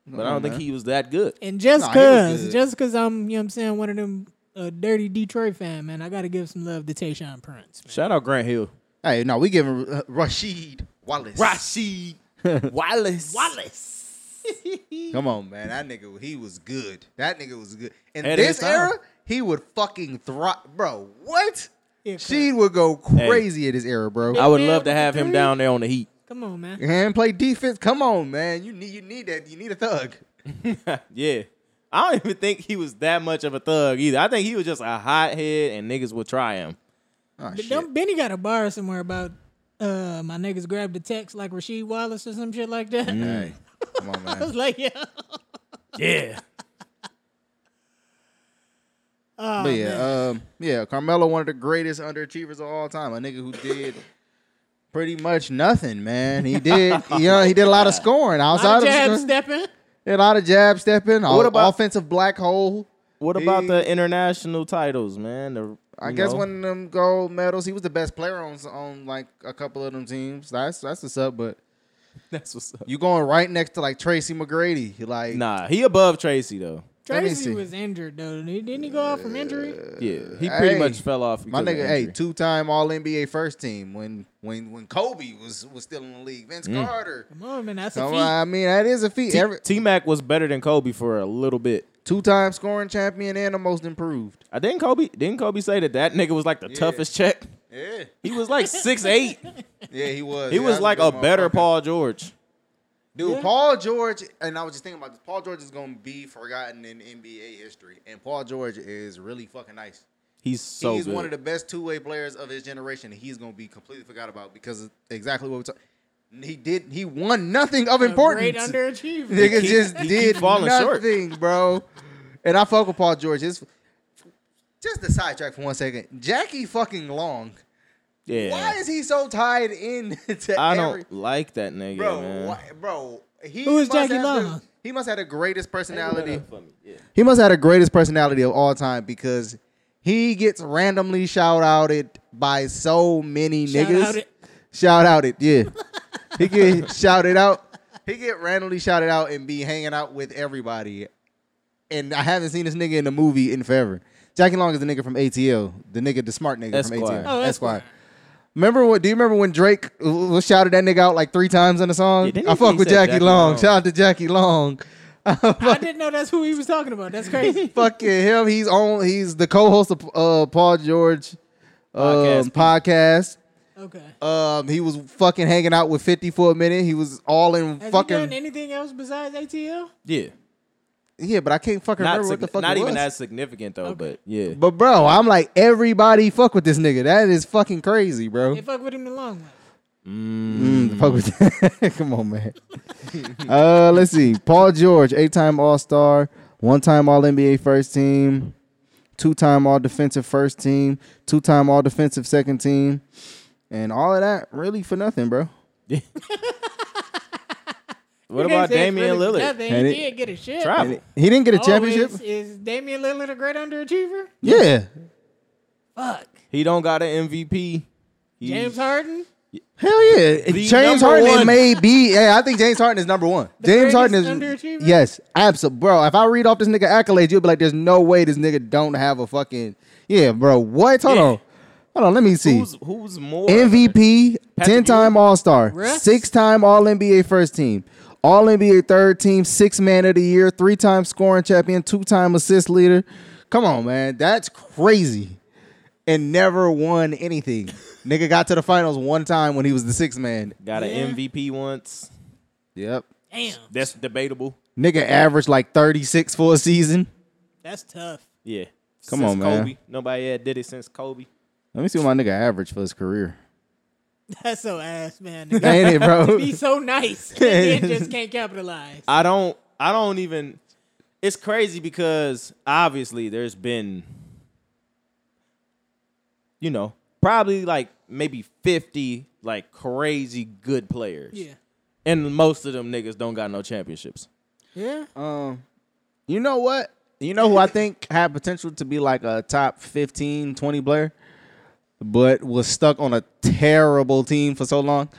S1: but I don't
S3: man.
S1: think he was that good.
S2: And just
S3: Nah, he was
S2: cause,
S3: good.
S2: just cause I'm, you know what I'm saying, one of them uh, dirty Detroit fan, man, I gotta give some love to Tayshawn Prince. Man.
S1: Shout out Grant Hill.
S3: Hey, no, we giving uh, Rashid Wallace.
S1: Rashid Wallace.
S2: Wallace.
S3: Come on, man. That nigga, he was good. That nigga was good. In
S1: Ahead of his
S3: this
S1: time.
S3: era, he would fucking thrive. Bro, what?
S2: Yeah,
S3: She would go crazy in this era, bro.
S1: I would
S2: Man,
S1: love to
S2: with
S1: have
S2: the
S1: him
S2: three.
S1: down there on the heat.
S2: Come on, man.
S3: and play defense. Come on, man. You need you need that. You need a thug.
S1: Yeah. I don't even think he was that much of a thug either. I think he was just a hothead and niggas would try him.
S3: Oh,
S2: But
S3: shit.
S2: don't Benny got a bar somewhere about uh my niggas grabbed a text like Rasheed Wallace or some shit like that.
S3: Hey, come on,
S2: I
S3: man.
S2: was like, yeah.
S1: Yeah.
S2: Oh,
S3: But yeah,
S2: man.
S3: um, yeah, Carmelo, one of the greatest underachievers of all time. A nigga who did pretty much nothing, man. He did, you know, he did a lot of scoring outside
S2: Lot
S3: of,
S2: of jab
S3: scoring,
S2: stepping.
S3: did a lot of jab stepping. What
S1: about-
S3: offensive black hole?
S1: What about
S3: He-
S1: the international titles, man? The-
S3: I
S1: you
S3: guess
S1: know,
S3: one of them gold medals. He was the best player on on like a couple of them teams. That's that's what's up. But
S1: that's what's up.
S3: you going right next to like Tracy McGrady. You Like
S1: Nah, he above Tracy though.
S3: Let me
S2: Tracy
S3: see.
S2: was injured though. Didn't he go out from injury?
S1: Yeah, he pretty
S3: hey,
S1: much fell off.
S3: my
S1: because of
S3: nigga, hey,
S1: injury.
S3: two time All NBA first team when when when Kobe was was still in the league. Vince Carter.
S2: Come on, man. That's a
S3: So
S2: feat.
S3: I mean that is a feat. Every
S1: Mm. T Mac was better than Kobe for a little bit.
S3: two time scoring champion and the most improved.
S1: I didn't Kobe. Didn't Kobe say that that nigga was like the toughest check?
S3: Yeah,
S1: He was like six eight.
S3: yeah, he was.
S1: He
S3: Yeah,
S1: was
S3: that's
S1: like a
S3: good
S1: better
S3: motherfucker.
S1: Paul George.
S3: Dude,
S2: Yeah.
S3: Paul George, and I was just thinking about this. Paul George is gonna be forgotten in NBA history, and Paul George is really fucking nice.
S1: He's so
S3: he's
S1: good.
S3: one of the best two way players of his generation. and He's gonna be completely forgot about because of exactly what we talking. He did. He won nothing of
S2: Great
S3: importance.
S2: underachiever.
S3: Nigga
S1: keep-
S3: just
S1: he keep
S3: did
S1: falling short.
S3: nothing, bro. And I fuck with Paul George. Just, just to sidetrack for one second, Jackie fucking Long.
S1: yeah.
S3: Why is he so tied in to
S1: I
S3: every
S1: don't like that nigga,
S3: bro?
S1: man.
S3: Why, bro, he
S2: Who is
S3: must
S2: Jackie
S3: have the-
S2: Long?
S3: he must have the greatest personality.
S1: For me. Yeah.
S3: He must have the greatest personality of all time because he gets randomly shout outed by so many
S2: Shout
S3: niggas.
S2: outed.
S3: Shout outed, yeah. he get shouted out. He get randomly shouted out and be hanging out with everybody. And I haven't seen this nigga in a movie in forever. Jackie Long is the nigga from ATL, the nigga, the smart nigga from ATL.
S1: Esquire.
S2: Oh, Esquire.
S3: Remember what? Do you remember when Drake uh, shouted that nigga out like three times in the song?
S1: Yeah, didn't
S3: I
S1: he-
S3: fuck
S1: he
S3: with
S1: said
S3: Jackie,
S1: Jackie
S3: Long.
S1: Long.
S3: Shout out to Jackie Long.
S2: I didn't know that's who he was talking about. That's crazy.
S3: fucking him. He's on. He's the co-host of uh, Paul George um, podcast.
S1: Podcast.
S2: Okay.
S3: Um, he was fucking hanging out with Fifty for a minute. He was all in
S2: Has he
S3: fucking
S2: done anything else besides ATL?
S1: Yeah.
S3: yeah, but I can't fucking
S1: Not,
S3: remember what the
S1: signi-
S3: fuck.
S1: not
S3: it
S1: even
S3: was.
S1: as significant though, but yeah.
S3: But bro, I'm like everybody fuck with this nigga. That is fucking crazy, bro.
S2: They fuck with him the long way.
S3: Mm, fuck with that. Come on, man. uh, let's see. Paul George, eight-time All-Star, one-time All-NBA first team, two-time All-Defensive first team, two-time All-Defensive second team, and all of that really for nothing, bro.
S1: What
S2: They
S1: about
S2: say it's
S1: Damian
S2: really for
S1: Lillard?
S2: Nothing.
S3: And
S2: He
S3: it-
S2: did get a shit.
S1: Try.
S3: And he didn't get a
S2: Oh,
S3: championship.
S2: Is, is Damian Lillard a great underachiever?
S3: Yeah,
S2: Fuck.
S1: He don't got an MVP. He-
S2: James Harden?
S3: hell yeah.
S1: The
S3: James
S1: number
S3: Harden
S1: one.
S3: may be. Yeah, I think James Harden is number one. James Harden is
S2: greatest underachiever?
S3: yes, absolutely, bro. If I read off this nigga accolades, you'll be like, "There's no way this nigga don't have a fucking yeah, bro." What? Hold
S1: Yeah.
S3: on, hold on. Let me see.
S1: Who's who's more
S3: MVP,
S1: Patrick
S3: ten time All Star,
S2: Russ?
S3: six time All NBA first team, All NBA third team, six man of the year, three time scoring champion, two time assist leader. Come on, man, that's crazy. And never won anything. Nigga got to the finals one time when he was the sixth man.
S1: Got
S2: Yeah.
S1: an MVP once.
S3: Yep.
S2: Damn.
S1: That's debatable.
S3: Nigga averaged like 36 for a season.
S2: That's tough.
S1: Yeah.
S3: Come
S1: Since
S3: on, man.
S1: Kobe. Nobody had did it since Kobe.
S3: Let me see what my nigga averaged for his career.
S2: That's so ass, man.
S3: Ain't it, bro?
S2: Be so nice. and then just can't capitalize.
S1: I don't I don't even it's crazy because obviously there's been you know, probably like maybe 50 like crazy good players.
S2: Yeah.
S1: And most of them niggas don't got no championships.
S2: Yeah.
S3: Um, you know what? You know who I think had potential to be like a top 15, 20 player, but was stuck on a terrible team for so long?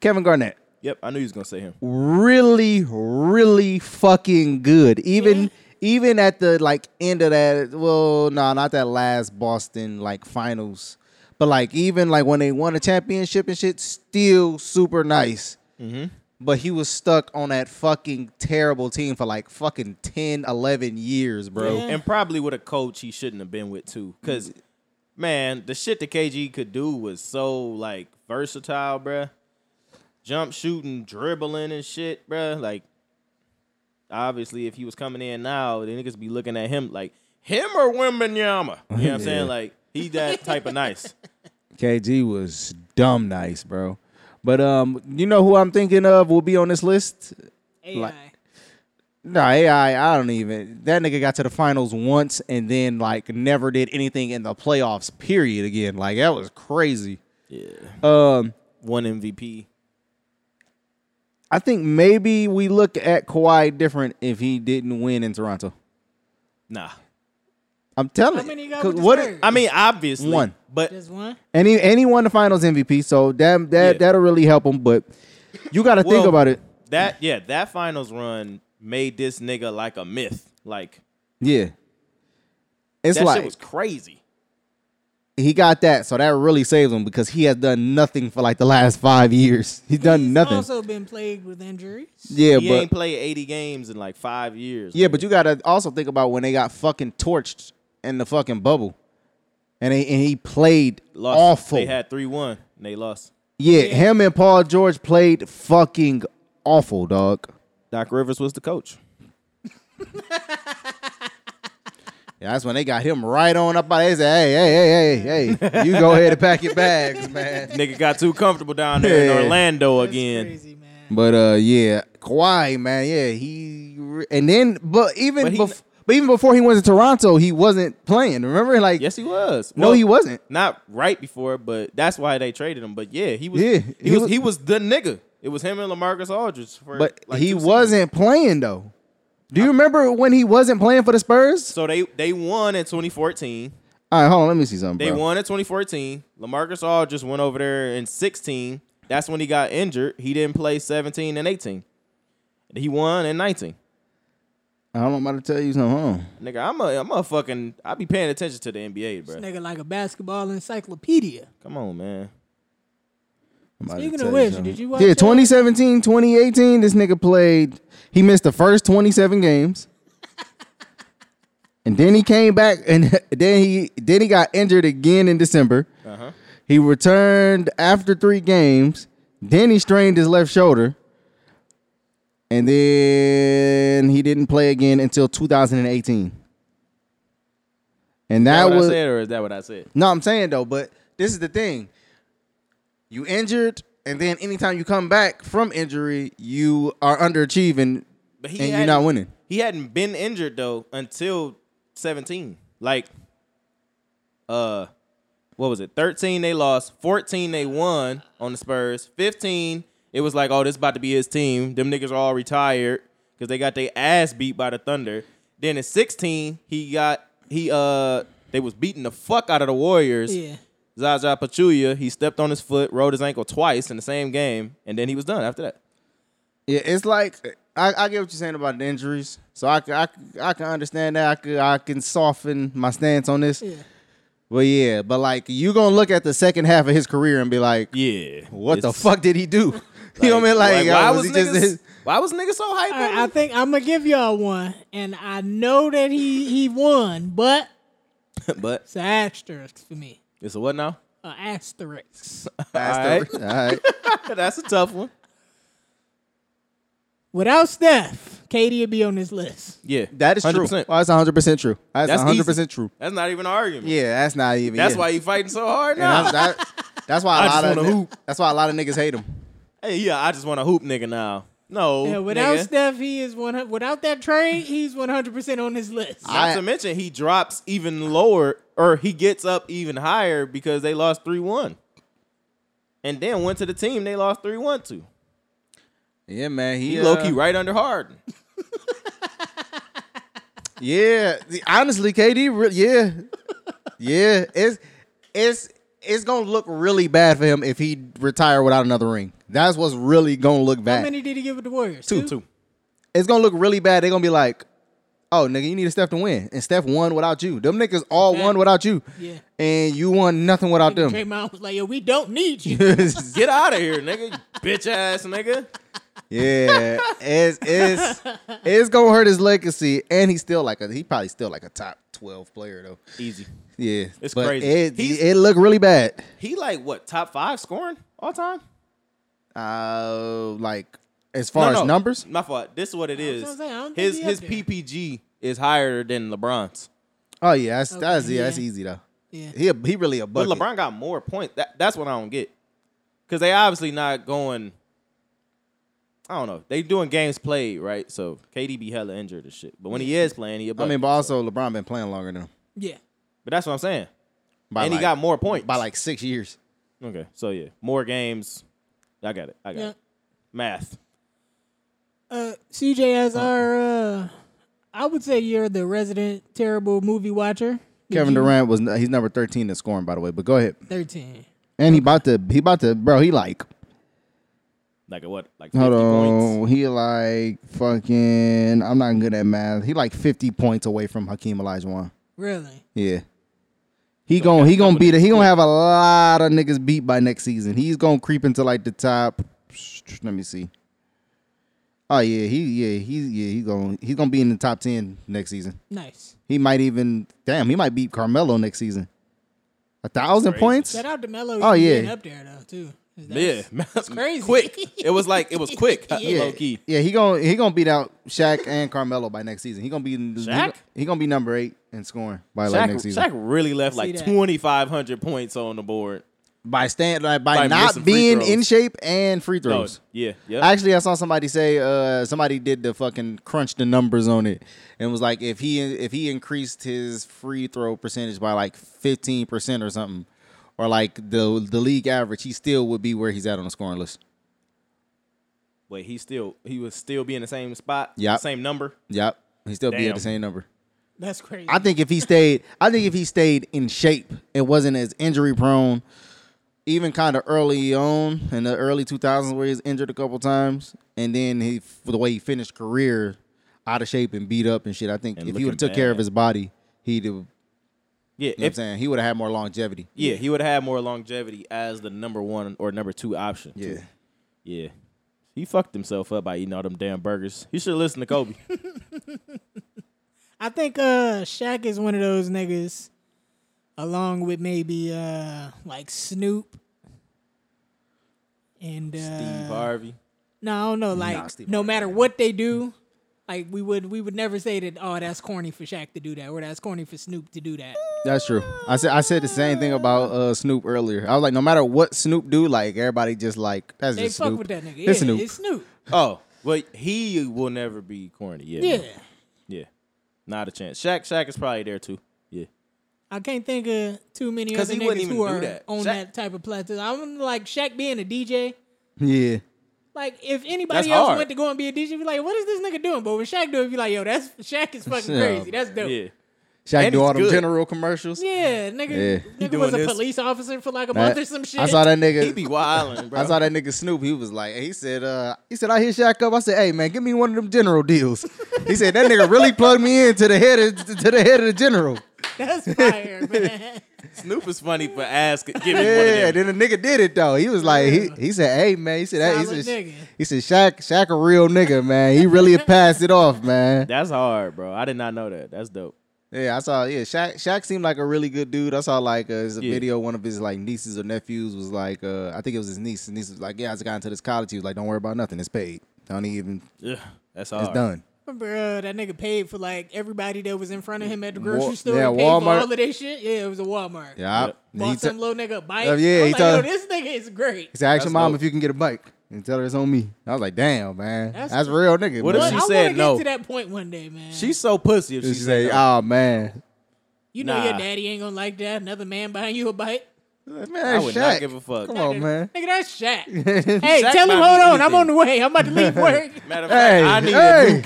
S3: Kevin Garnett.
S1: Yep, I knew you was going to say him.
S3: Really, really fucking good. Even
S2: Yeah.
S3: even at the like end of that, well, no, not that last Boston like finals. But like even like when they won a championship and shit, still super nice
S2: Mm-hmm.
S3: but he was stuck on that fucking terrible team for like fucking 10, 11 years, bro.
S2: Yeah.
S1: And probably with a coach he shouldn't have been with too. Cause man, the shit that KG could do was so like versatile, bruh. Jump shooting, dribbling and shit, bruh. Like obviously if he was coming in now, the niggas be looking at him like him or Wimbenyama. You know what I'm saying? Like he that type of nice.
S3: KG was dumb nice, bro. But um, you know who I'm thinking of will be on this list?
S2: AI.
S3: Like- No, AI, I don't even. That nigga got to the finals once and then like never did anything in the playoffs, period, again. Like that was crazy.
S1: Yeah.
S3: Um,
S1: One MVP.
S3: I think maybe we look at Kawhi different if he didn't win in Toronto.
S1: Nah.
S3: I'm telling
S2: How many you
S3: you.
S2: got
S3: 'Cause
S2: with the
S3: what-
S2: Spurs?
S1: I mean, obviously
S3: One.
S1: But
S2: Just one?
S3: And he and he won the finals MVP, so that that
S1: Yeah.
S3: that'll really help him. But you got to think
S1: Well,
S3: about it.
S1: that yeah, that finals run made this nigga like a myth. Like
S3: Yeah, it's
S1: that
S3: like
S1: shit was crazy.
S3: he got that, so that really saves him because he has done nothing for like the last five years. He's done
S2: He's
S3: nothing.
S2: also been plagued with injuries.
S3: yeah,
S1: he
S3: but
S1: ain't played 80 games in like five years.
S3: yeah, but you got to also think about when they got fucking torched in the fucking bubble, and they, and he played
S1: lost.
S3: awful.
S1: They had 3 1 and they lost.
S3: yeah,
S2: Yeah.
S3: him and Paul George played fucking awful, dog.
S1: Doc Rivers was the coach.
S3: Yeah, that's when they got him right on up. They said, "Hey, hey, hey, hey, hey, you go ahead and pack your bags, man."
S1: Nigga got too comfortable down there
S3: Yeah.
S1: in Orlando
S2: That's
S1: again.
S2: crazy, man.
S3: But uh, yeah, Kawhi, man, yeah, he re- and then, but even
S1: But
S3: but,
S1: he-
S3: but even before he went to Toronto, he wasn't playing. Remember, like,
S1: Yes, he was.
S3: no,
S1: Well,
S3: he wasn't.
S1: Not right before, but that's why they traded him. But yeah, he was.
S3: Yeah,
S1: he,
S3: he
S1: was,
S3: was-
S1: He was the nigga. It was him and Lamarcus Aldridge. For
S3: But
S1: like
S3: he
S1: two seasons.
S3: wasn't playing though. Do you remember when he wasn't playing for the Spurs?
S1: So they they won in 2014.
S3: All right, hold on, let me see something.
S1: They
S3: bro.
S1: won in 2014. Lamarcus Aldridge went over there in 16. That's when he got injured. He didn't play 17 and 18. He won in 19.
S3: I don't about to tell you something. Hold on.
S1: Nigga, I'm a I'm a fucking. I be paying attention to the NBA, bro.
S2: This nigga like a basketball encyclopedia.
S1: Come on, man.
S3: I'm about to
S2: Speaking
S3: tell
S2: of
S3: you
S2: which,
S3: something.
S2: did you watch
S3: Yeah,
S2: that?
S3: 2017, 2018, this nigga played. He missed the first 27 games. and then he came back and then he then he got injured again in December.
S1: Uh huh.
S3: He returned after 3 games. Then he strained his left shoulder. And then he didn't play again until 2018. And
S1: That
S3: that
S1: what
S3: was
S1: I said, or is that what I said?
S3: no, I'm saying though, but this is the thing. You injured, and then anytime you come back from injury, you are underachieving
S1: But
S3: and you're
S1: hadn't-
S3: not winning.
S1: He hadn't been injured though until 17. Like uh what was it? 13 they lost, 14 they won on the Spurs. 15 it was like, "Oh, this about to be his team. Them niggas are all retired cuz they got their ass beat by the Thunder." Then in 16, he got he uh they was beating the fuck out of the Warriors.
S2: Yeah.
S1: Zaza Pachulia, he stepped on his foot, rolled his ankle twice in the same game, and then he was done after that.
S3: Yeah, it's like I, I get what you're saying about the injuries. So I, c- I, c- I can understand that. I could I can soften my stance on this.
S2: Yeah.
S3: But yeah, but like you gonna look at the second half of his career and be like,
S1: Yeah.
S3: what the
S1: It's-
S3: fuck did he do? you know what I mean? Like,
S1: why
S3: uh,
S1: was,
S3: he
S1: niggas,
S3: just
S1: why was niggas so hype?
S2: All
S1: on
S2: right, I
S1: him?
S2: think I'm gonna give y'all one, and I know that he he won, but
S1: but
S2: it's an asterisk for me.
S1: it's a what now?
S2: An asterisk.
S3: That's the- all right.
S1: That's a tough one.
S2: Without Steph, Katie would be on this list.
S1: Yeah,
S3: That is true.
S1: 100%.
S3: Well, that's 100 percent true. That's,
S1: That's
S3: 100
S1: easy.
S3: percent true.
S1: That's not even an argument.
S3: Yeah, that's not even.
S1: that's
S3: yeah.
S1: why you fighting so hard
S3: And
S1: now.
S3: that's, that, that's why a
S1: I just
S3: lot of
S1: wanna
S3: ni-
S1: hoop.
S3: that's why a lot of niggas hate him.
S1: hey, yeah, I just want to hoop, nigga. Now, no,
S2: Yeah, without
S1: nigga.
S2: Steph, he is one. hun- Without that trade, he's 100 percent on this list.
S1: Not
S3: I-
S1: to mention he drops even lower, or he gets up even higher because they lost three one, and then went to the team they lost three one to.
S3: Yeah, man. uh,
S1: He low key right under Harden.
S3: Yeah, the- honestly, KD. Re- yeah, yeah. It's it's it's gonna look really bad for him if he retire without another ring. That's what's really gonna look
S2: How
S3: bad.
S2: many did he give with the Warriors?
S1: Two two.
S3: it's gonna look really bad. They're gonna be like, "Oh, nigga, you need a Steph to win," and Steph won without you. Them niggas all
S2: Fact.
S3: won without you.
S2: Yeah.
S3: and you won nothing without them.
S2: And Draymond was like, "Yo, we don't need you."
S1: Get out of here, nigga. You bitch ass nigga.
S3: Yeah, it's it's it's gonna hurt his legacy, and he's still like a he probably still like a top twelve player though.
S1: Easy.
S3: Yeah,
S1: It's
S3: but
S1: crazy.
S3: It,
S1: He's-
S3: it looked really bad.
S1: He like what top five scoring all time?
S3: Uh, like as far as numbers,
S1: My fault. This is what it
S2: That's
S1: is.
S2: what I'm saying. I don't think
S1: His
S2: he up
S1: his
S2: there.
S1: PPG is higher than LeBron's.
S3: oh yeah, that's that's yeah,
S2: yeah.
S3: that's easy though.
S2: yeah.
S3: He a- he really a
S1: But
S3: bucket.
S1: LeBron got more points. That, that's what I don't get. Cause they obviously not going. I don't know. They doing games played, right? So KD be hella injured and shit. But when he is playing, he a
S3: I
S1: bucket.
S3: mean, but also LeBron been playing longer than him
S2: Yeah.
S1: but that's what I'm saying.
S3: by
S1: and
S3: like,
S1: he got more points
S3: by like six years.
S1: Okay, so yeah, more games. I got it. I got
S2: Yeah.
S1: it. Math.
S2: Uh, CJ, as our, uh, I would say you're the resident terrible movie watcher. Did
S3: Kevin
S2: you-
S3: Durant was he's number thirteen in scoring, by the way. But go ahead.
S2: 13.
S3: And he about to he about to bro. He like
S1: Like a what? Like 50
S3: Hold on.
S1: points.
S3: He like fucking I'm not good at math. He like 50 points away from Hakeem Olajuwon.
S2: Really?
S3: Yeah. He gon' he gonna beat it. He gonna have a lot of niggas beat by next season. He's gonna creep into like the top. Let me see. Oh yeah, he yeah he's yeah he gonna he's gonna be in the top ten next season.
S2: Nice.
S3: He might even damn he might beat Carmelo next season. A thousand points.
S2: Shout out to Melo.
S3: Oh,
S2: Oh, yeah.
S3: yeah.
S2: up there, though, too.
S1: Yeah, that's
S2: crazy.
S1: Quick. It was like it was quick.
S2: Yeah.
S1: Low key.
S3: Yeah, he gonna he gonna beat out Shaq and Carmelo by next season. He gonna be
S1: Shaq?
S3: He, gonna be number eight in scoring by like
S1: Shaq,
S3: next season.
S1: Shaq really left
S2: See
S1: like
S2: that.
S1: twenty five hundred points on the board.
S3: By stand like, by,
S1: By missing
S3: not
S1: free
S3: being
S1: throws.
S3: in shape and free
S1: Oh,
S3: throws.
S1: yeah, yeah.
S3: Actually, I saw somebody say uh, somebody did the fucking crunch the numbers on it and was like, if he if he increased his free throw percentage by like fifteen percent or something, or like the the league average, he still would be where he's at on the scoring list.
S1: Wait, he still he would still be in the same spot.
S3: Yep.
S1: Same number.
S3: Yep, he still be at
S1: Damn.
S3: the same number.
S2: That's crazy.
S3: I think if he stayed, I think if he stayed in shape, it wasn't as injury prone. Even kind of early on in the early 2000s, where he's injured a couple times, and then he for the way he finished career, out of shape and beat up and shit. I think
S1: And
S3: if he would have
S1: looking
S3: took care of
S1: bad.
S3: his body, he'd. have- You
S1: Yeah.
S3: know what I'm
S1: If,
S3: saying he would have had more longevity.
S1: yeah, he would have had more longevity as the number one or number two option. too. Yeah. He fucked himself up by eating all them damn burgers. He should listen to Kobe.
S2: I think uh Shaq is one of those niggas, along with maybe uh like Snoop and uh,
S1: Steve Harvey.
S2: No, I don't know. Like
S3: Steve
S2: no
S3: Harvey.
S2: matter what they do, like we would we would never say that. Oh, that's corny for Shaq to do that, or that's corny for Snoop to do that.
S3: that's true. I said I said the same thing about uh, Snoop earlier. I was like, no matter what Snoop do, like everybody just like that's
S2: They
S3: just
S2: fuck
S3: Snoop.
S2: with that nigga. Yeah,
S3: It's Snoop.
S2: It's Snoop.
S1: Oh, well, he will never be corny. Yeah.
S2: Yeah.
S1: man. Yeah. Not a chance. Shaq Shaq is probably there too. Yeah.
S2: I can't think of too many
S1: 'Cause
S2: other
S1: he wouldn't
S2: niggas
S1: even
S2: who
S1: do
S2: are
S1: that.
S2: on
S1: Shaq-
S2: that type of plateau. I'm like Shaq being a DJ.
S3: Yeah,
S2: Like if
S1: That's
S2: anybody else
S1: hard.
S2: went to go and be a DJ, you'd be like, what is this nigga doing? But when Shaq do it, be like, yo, that's Shaq is fucking
S3: Yeah.
S2: crazy. That's dope. Yeah,
S1: Yeah.
S3: Shaq
S1: And
S3: do
S1: he's
S3: all them
S1: good.
S3: general commercials.
S2: nigga,
S3: Yeah.
S1: He
S2: nigga was a
S1: doing this.
S2: police officer for like a
S3: That-
S2: month or some shit.
S3: I saw that nigga.
S1: He be wilding, bro.
S3: I saw that nigga Snoop. He was like, he said, uh, he said, I hit Shaq up. I said, hey man, give me one of them general deals. he said that nigga really plugged me into the head of, to the head of the general.
S2: That's fire, man.
S1: Snoop is funny for asking. Give me one of
S3: Yeah,
S1: them.
S3: then the nigga did it though. He was like, he, he said, hey man, he said that he
S2: Solid
S3: said,
S2: nigga.
S3: he said Shaq Shaq a real nigga man. He really passed it off man.
S1: That's hard, bro. I did not know that. That's dope.
S3: Yeah, I saw. Yeah, Shaq Shaq seemed like a really good dude. I saw like uh, his
S1: Yeah.
S3: video. One of his like nieces or nephews was like, uh, I think it was his niece. His niece was like, yeah, I just got into this college. He was like, don't worry about nothing. It's paid. Don't even.
S1: Yeah. That's hard.
S3: It's done.
S2: Bro, that nigga paid for like everybody that was in front of him at the grocery
S3: Wa-
S2: store.
S3: yeah,
S2: Yeah, paid
S3: Walmart.
S2: For all of their shit. Yeah, it was a Walmart.
S3: Yeah. I-
S2: Bought
S3: he t-
S2: some little nigga a bike.
S3: Oh, yeah,
S2: I
S3: he
S2: was like,
S3: told-
S2: yo, this nigga is great.
S3: He said, ask your
S1: That's
S3: mom
S1: dope.
S3: if you can get a bike and tell her it's on me. I was like, damn, man. That's,
S2: That's-
S3: real nigga.
S1: What if
S3: man.
S1: she
S2: I wanna
S1: said
S2: get
S1: no.
S2: to that point one day, man.
S1: She's so pussy if she,
S3: she
S1: say,
S3: say,
S1: no.
S3: oh, man.
S2: you know your
S1: nah.
S2: daddy ain't gonna like that. Another man buying you a bike.
S3: Man,
S1: I
S3: that's
S1: would
S3: Shaq.
S1: not give a fuck.
S3: Come on, Oh, man.
S2: Nigga, that's Shaq. hey,
S1: Shaq
S2: tell him,
S1: might
S2: hold
S1: be
S2: on, I'm
S1: anything.
S2: on the way. I'm about to leave work.
S1: Matter of
S3: Hey,
S1: fact, I need a new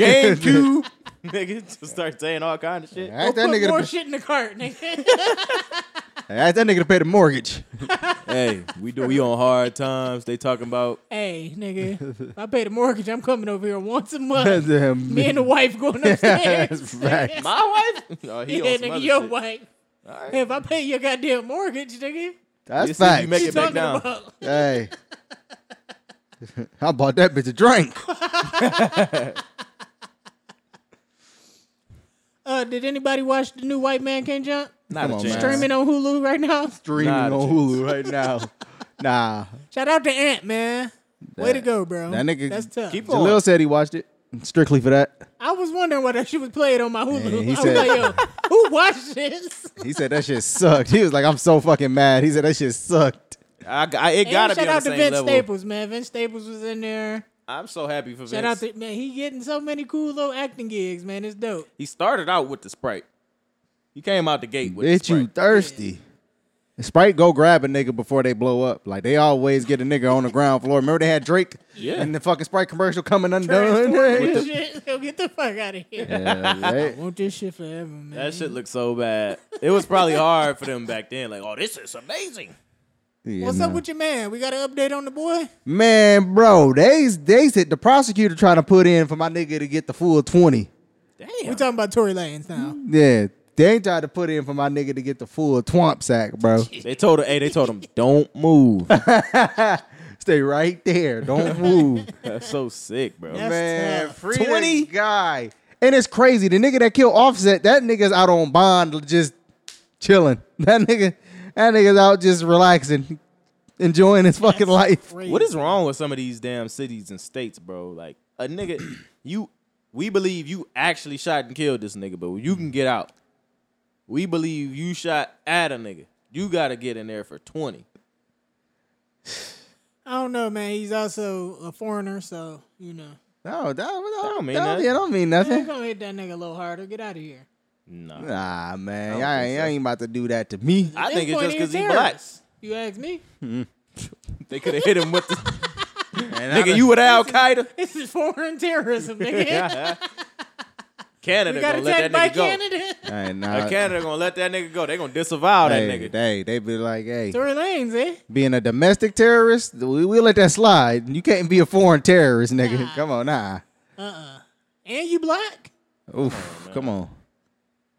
S1: GameCube. Nigga, to start saying all kind of shit.
S2: Go
S3: Ask that,
S2: put
S3: nigga
S2: more
S3: to,
S2: shit in the cart, nigga.
S3: ask that nigga to pay the mortgage.
S1: hey, we do. We on hard times. They talking about
S2: hey, nigga, if I pay the mortgage, I'm coming over here once a
S3: That's
S2: month.
S3: him.
S2: Me and the wife going upstairs.
S3: That's facts.
S1: my wife. Oh, he
S2: yeah,
S1: on some
S2: nigga,
S1: other
S2: your
S1: shit.
S2: wife.
S1: Alright.
S2: If I pay your goddamn mortgage, nigga,
S1: You
S3: That's
S1: see, you
S3: facts.
S1: make
S2: you
S1: it back
S2: talking
S1: down.
S2: about?
S3: hey. I bought that bitch a drink.
S2: Uh, did anybody watch the new White Man Can't Jump?
S1: Not
S3: Come
S1: a
S3: on,
S1: chance.
S3: man.
S2: Streaming on Hulu right now.
S3: Streaming
S1: Not
S3: on
S1: a
S3: Hulu right now. Nah.
S2: Shout out to Ant, man. Way to
S3: That-
S2: go, bro.
S3: that nigga-
S2: That's tough.
S1: Keep on.
S3: Jalil said he watched it strictly for that.
S2: I was wondering why that shit was played on my Hulu.
S3: Man, he
S2: I was
S3: said-
S2: like, yo, who watched this?
S3: He said that shit sucked. He was like, I'm so fucking mad. He said that shit sucked.
S1: I, I, it gotta be
S2: and shout
S1: on the
S2: out to
S1: same
S2: Vince
S1: level.
S2: Staples, man. Vince Staples was in there.
S1: I'm so happy for Vince.
S2: Shout out to man, he getting so many cool little acting gigs, man. It's dope.
S1: he started out with the sprite. He came out the gate with the
S3: Bitch,
S1: sprite.
S3: you thirsty. Sprite go grab a nigga before they blow up. Like they always get a nigga on the ground floor. Remember they had Drake
S1: Yeah.
S3: and the fucking Sprite commercial coming undone.
S2: Transformers
S3: yeah,
S2: and shit. Yo, get the fuck out of here.
S3: right?
S2: I want this shit forever, man.
S1: That shit looked so bad. It was probably hard for them back then. Like, oh, this is amazing.
S3: Yeah,
S2: What's up
S3: nah.
S2: with your man? We got an update on the boy.
S3: man, bro? They they said the prosecutor trying to put in for my nigga to get the full twenty.
S2: We
S1: Damn.
S2: talking about Tory Lanez now.
S1: Mm,
S3: Yeah, they ain't tried to put in for my nigga to get the full twomp sack, bro.
S1: They told him, hey, they told him, don't move.
S3: Stay right there. Don't move.
S1: That's so sick, bro.
S2: That's
S3: Man,
S2: tough.
S3: free
S1: 20?
S3: 20 guy. And it's crazy. The nigga that killed Offset, that nigga's out on bond just chilling. That nigga, that nigga's out just relaxing. enjoying his fucking
S2: That's
S3: life.
S2: crazy.
S1: What is wrong with some of these damn cities and states, bro? Like a nigga, you we believe you actually shot and killed this nigga, but you can get out. We believe you shot at a nigga. You gotta get in there for twenty.
S2: I don't know, man. He's also a foreigner, so you know.
S3: No, that, that,
S1: don't mean
S3: that-
S1: nothing.
S3: yeah, don't mean
S2: Man,
S3: nothing.
S2: gonna hit that nigga a little harder. Get out of here.
S1: Nah,
S3: Nah,
S1: I
S3: man,
S1: don't
S3: y'all
S1: think
S3: ain't,
S1: so.
S3: y'all ain't about to do that to me.
S1: I
S2: At this
S1: think it's
S2: point,
S1: just because he
S2: a
S1: black.
S2: terrorist. You ask me?
S1: They could have hit him with the
S3: And I-
S1: nigga. You with Al Qaeda?
S2: This is foreign terrorism, nigga.
S1: Canada
S2: we got
S1: gonna let that
S2: attacked by
S1: nigga go.
S2: Canada.
S3: Hey,
S1: Uh,
S3: nah,
S1: Canada gonna let that nigga go. They gonna disavow that
S3: hey,
S1: nigga.
S3: They, they be like, hey,
S2: Tory Lanez, eh?
S3: being a domestic terrorist, we, we'll let that slide. You can't be a foreign terrorist, nigga.
S2: Nah.
S3: Come on, nah.
S2: And you black?
S3: Oof, come on.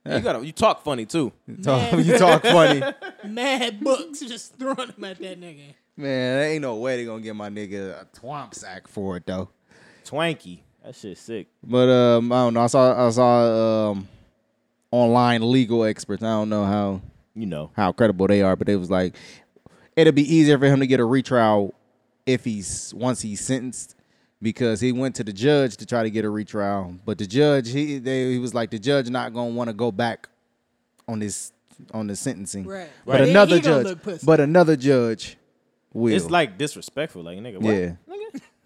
S1: you gotta you talk funny too.
S3: Talk,
S2: Oh, Man.
S3: you talk funny. Man,
S2: Mad books just throwing them at that nigga.
S3: there ain't no way they gonna get my nigga a twomp sack for it though.
S1: Twanky. That shit sick.
S3: But um, I don't know. I saw I saw um online legal experts. I don't know how
S1: You know.
S3: how credible they are, but they was like it'll be easier for him to get a retrial if he's once he's sentenced because he went to the judge to try to get a retrial, but the judge he they, he was like the judge not gonna want to go back on this on the sentencing.
S2: Right.
S3: But
S2: Right.
S3: another
S2: He gonna
S3: judge.
S2: look pussy.
S3: But another judge will.
S1: It's like disrespectful. Like nigga, what?
S3: yeah.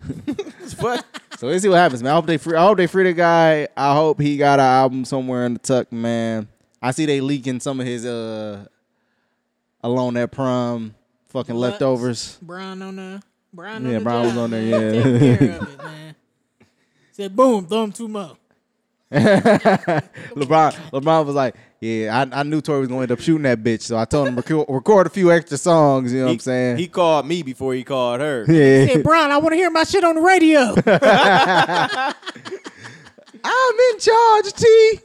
S1: What?
S3: So let's see what happens, man. I hope they free. I hope they free the guy. I hope he got an album somewhere in the tuck, man. I see they leaking some of his uh alone at prom fucking
S2: Nuts.
S3: leftovers.
S2: Brown on the Brown on
S3: Yeah,
S2: the
S3: Brown was
S2: job,
S3: on there,
S2: man.
S3: yeah.
S2: Take care of it, man. Said boom, throw him two more.
S3: LeBron LeBron was like, yeah, I, I knew Tori was gonna end up shooting that bitch, so I told him record, record a few extra songs. You know what
S1: he,
S3: I'm saying?
S1: He called me before he called her.
S3: yeah,
S2: Said Brown, I want to hear my shit on the radio.
S3: I'm in charge, T.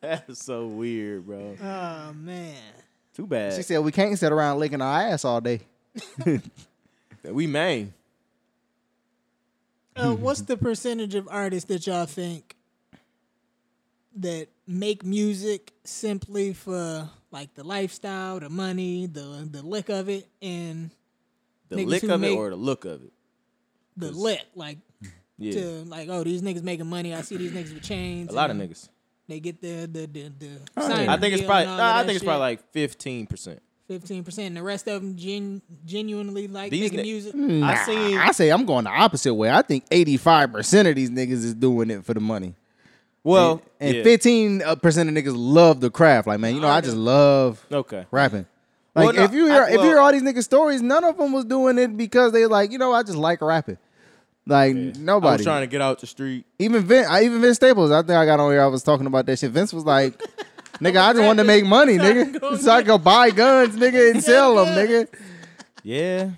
S1: That's so weird, bro.
S2: oh man.
S1: Too bad.
S3: She said we can't sit around licking our ass all day.
S1: we main.
S2: Uh, what's the percentage of artists that y'all think that make music simply for like the lifestyle, the money, the the lick of it, and
S1: The
S2: Niggas
S1: lick
S2: who
S1: of it
S2: make-
S1: or the look of it.
S2: the lick, like
S1: Yeah.
S2: to like oh these niggas making money. I see these niggas with chains.
S1: A lot of
S2: and
S1: niggas.
S2: They get the the the, the
S1: I think it's probably nah, I think it's probably like fifteen percent.
S2: fifteen percent. And the rest of them gen, genuinely like
S1: These
S2: making
S1: ni- Mm,
S2: music.
S1: I seen
S3: I say I'm going the opposite way. I think 85 percent of these niggas is doing it for the money.
S1: well
S3: and
S1: yeah.
S3: fifteen percent of niggas love the craft. Like, man, you know, I just love
S1: Okay.
S3: rapping.
S1: Well,
S3: Like,
S1: no,
S3: if you
S1: I-
S3: hear if
S1: well-
S3: you hear all these niggas stories, none of them was doing it because they like, you know, I just like rapping. Like
S1: I was
S3: nobody,
S1: trying to get out the street.
S3: even Vince, I even Vince Staples. I think I got on here. I was talking about that shit. Vince was like, "Nigga, I just wanted to make money, nigga, so I could buy guns, nigga, and sell them, nigga."
S1: Yeah.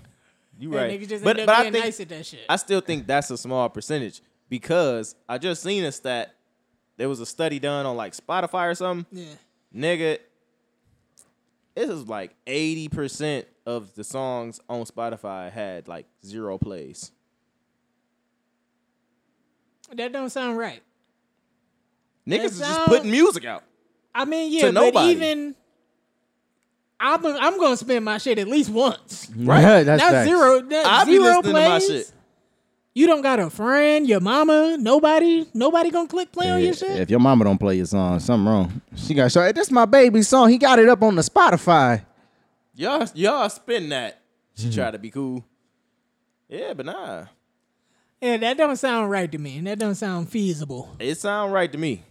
S1: You
S2: That
S1: right.
S2: niggas just
S1: but
S2: end
S1: but
S2: up
S1: I
S2: being
S1: think
S2: nice at that shit.
S1: I still think that's a small percentage because I just seen a stat. There was a study done on like Spotify or something.
S2: yeah.
S1: Nigga, this is like 80% of the songs on Spotify had like zero plays.
S2: That don't sound right.
S1: Niggas is just
S2: sound-
S1: putting music out.
S2: I mean,
S1: To
S2: yeah, but
S1: nobody.
S2: even I'm I'm gonna spend my shit at least once.
S3: Right, Mm, that's
S2: Not
S3: facts.
S2: zero. That
S1: I be
S2: zero
S1: listening
S2: plays.
S1: to my shit.
S2: You don't got a friend, your mama, nobody, nobody gonna click play on your
S3: Yeah,
S2: shit.
S3: If your mama don't play your song, something wrong. She got shot. That's my baby's song. He got it up on the Spotify.
S1: Y'all, y'all spin that. She try to be cool. Yeah, but nah.
S2: Yeah, that don't sound right to me, and that don't sound feasible.
S1: It sound right to me.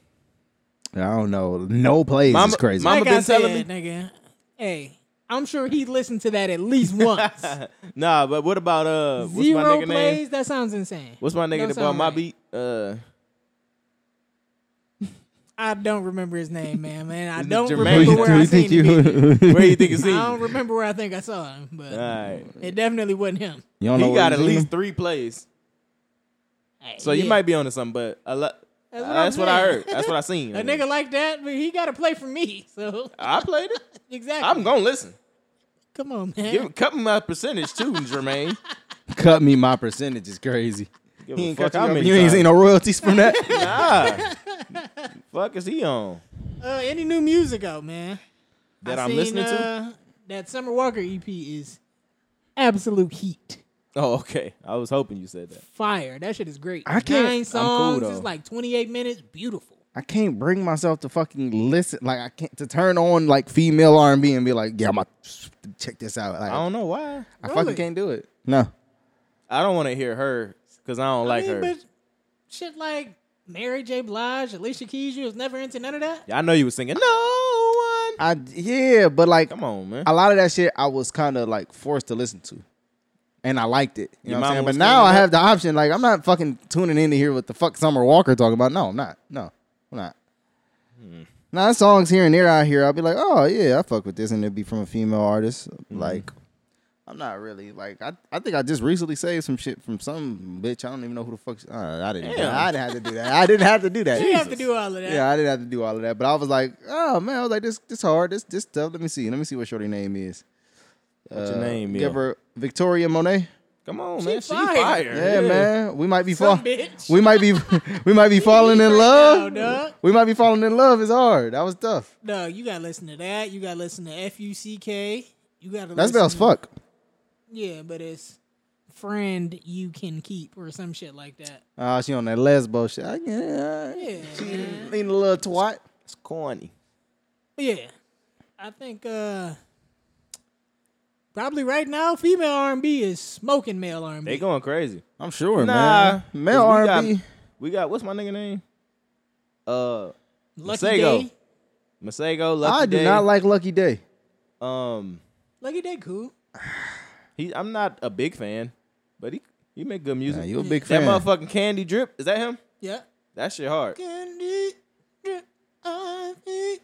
S3: I don't know. No plays
S1: Mama-
S3: is crazy.
S1: mama-
S2: Like I
S1: been telling
S2: said, nigga, hey, I'm sure he listened to that at least once.
S1: Nah, but what about uh what's my
S2: Zero
S1: nigga
S2: plays,
S1: name?
S2: that sounds insane.
S1: What's my nigga
S2: Don't
S1: that bought
S2: sound
S1: my
S2: right.
S1: beat? Uh
S2: I don't remember his name, man. Man, I
S1: Is it
S2: don't
S1: Jermaine?
S2: remember where I seen him. either.
S1: where you think it's
S2: I don't
S1: in?
S2: remember where I think I saw him, but
S1: Alright.
S2: it definitely wasn't him.
S3: you don't know
S1: He
S3: what
S1: got at
S3: he's in?
S1: least three plays.
S2: Hey,
S1: So you
S2: yeah.
S1: might be onto something, but a lot that's,
S2: That's
S1: what,
S2: what I'm
S1: I
S2: saying.
S1: heard. That's what I seen.
S2: a nigga like that, but he got to play for me. So
S1: I played it.
S2: exactly,
S1: I'm gonna listen.
S2: Come on, man.
S1: Give cut me my percentage too, Jermaine.
S3: cut me. My percentage is crazy.
S1: Give
S3: He
S1: a
S3: ain't cut
S1: fuck
S3: you
S1: how
S3: up,
S1: many
S3: You ain't
S1: times.
S3: seen no royalties from that.
S1: Nah. fuck is he on?
S2: Uh, any new music out, man?
S1: That
S2: I
S1: I'm
S2: seen,
S1: listening to?
S2: uh, That Summer Walker EP is absolute heat.
S1: Oh, okay. I was hoping you said that.
S2: Fire. That shit is great.
S3: I can't-
S2: Nine
S3: I'm
S1: cool,
S2: songs. it's
S1: though.
S2: like 28 minutes. Beautiful.
S3: I can't bring myself to fucking listen. Like I can't to turn on like female R and B and be like, yeah, I'm gonna check this out. Like,
S1: I don't know why.
S3: I fucking
S2: Really?
S3: can't do it. No.
S1: I don't want to hear her because I don't like
S2: I mean,
S1: her.
S2: but shit like Mary J. Blige, Alicia Keys, you was never into none of that.
S1: Yeah, I know you were singing no one.
S3: I yeah, but like
S1: Come on, man.
S3: a lot of that shit I was kind of like forced to listen to. And I liked it. You
S1: Your
S3: know what I'm
S1: mama
S3: saying?
S1: was
S3: But now I
S1: cleaning
S3: have the option. Like, I'm not fucking tuning in to hear what the fuck Summer Walker talking about. No, I'm not. No, I'm not.
S1: Hmm.
S3: Now, there's songs here and there out here, I'll be like, oh, yeah, I fuck with this. And it'd be from a female artist.
S1: Mm-hmm.
S3: Like, I'm not really. Like, I, I think I just recently saved some shit from some bitch. I don't even know who the fuck. Uh, I, didn't,
S1: Damn.
S3: I didn't have to do that. I didn't have to do that.
S2: You didn't have to do all of that.
S3: Yeah, I didn't have to do all of that, but I was like, oh man, I was like, this this hard, this this tough. Let me see, let me see what shorty name is. Uh,
S1: What's her name,
S3: Give
S1: yeah.
S3: her Victoria Monet.
S1: Come on,
S2: She
S1: man. She
S2: fire.
S1: fire.
S3: Yeah, man, we might be
S2: Some
S3: fall-
S2: bitch.
S3: we might be we might be falling in
S2: right
S3: love.
S2: now, dog.
S3: we might be falling in love. It's hard. That was tough.
S2: No, you gotta listen to that. You gotta listen to FUCK. You gotta.
S3: That's
S2: listen
S3: bad as
S2: to-
S3: fuck.
S2: Yeah, but it's friend you can keep or some shit like that.
S3: Ah, she on that lesbo shit. I, yeah,
S2: Yeah,
S3: she
S2: man.
S3: lean a little twat.
S1: It's corny.
S2: But yeah, I think uh probably right now female R and B is smoking male R and
S1: They
S2: B.
S1: going crazy.
S3: I'm sure,
S1: Nah,
S3: man. Male
S1: 'cause we
S3: R&B.
S1: got- We got what's my nigga name? Uh,
S2: Lucky
S1: Masego.
S2: Day,
S1: Masego. Lucky
S3: I do
S1: Day.
S3: not like Lucky Day.
S1: Um,
S2: Lucky Day, cool.
S1: he. I'm not a big fan, but he he make good music.
S3: Nah, you a big
S1: that
S3: fan.
S1: motherfucking Candy Drip. Is that him?
S2: Yeah.
S1: That shit hard.
S2: Candy drip on me.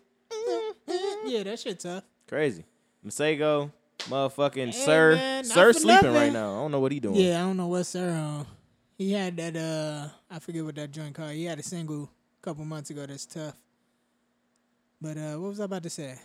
S2: Yeah, that shit tough.
S1: Crazy. Masego. Motherfucking
S2: Hey,
S1: sir.
S2: man, not
S1: sir
S2: for
S1: sleeping
S2: nothing.
S1: right now. I don't know what he doing.
S2: Yeah, I don't know what's her on. He had that uh I forget what that joint called. He had a single a couple months ago that's tough. But uh what was I about to say?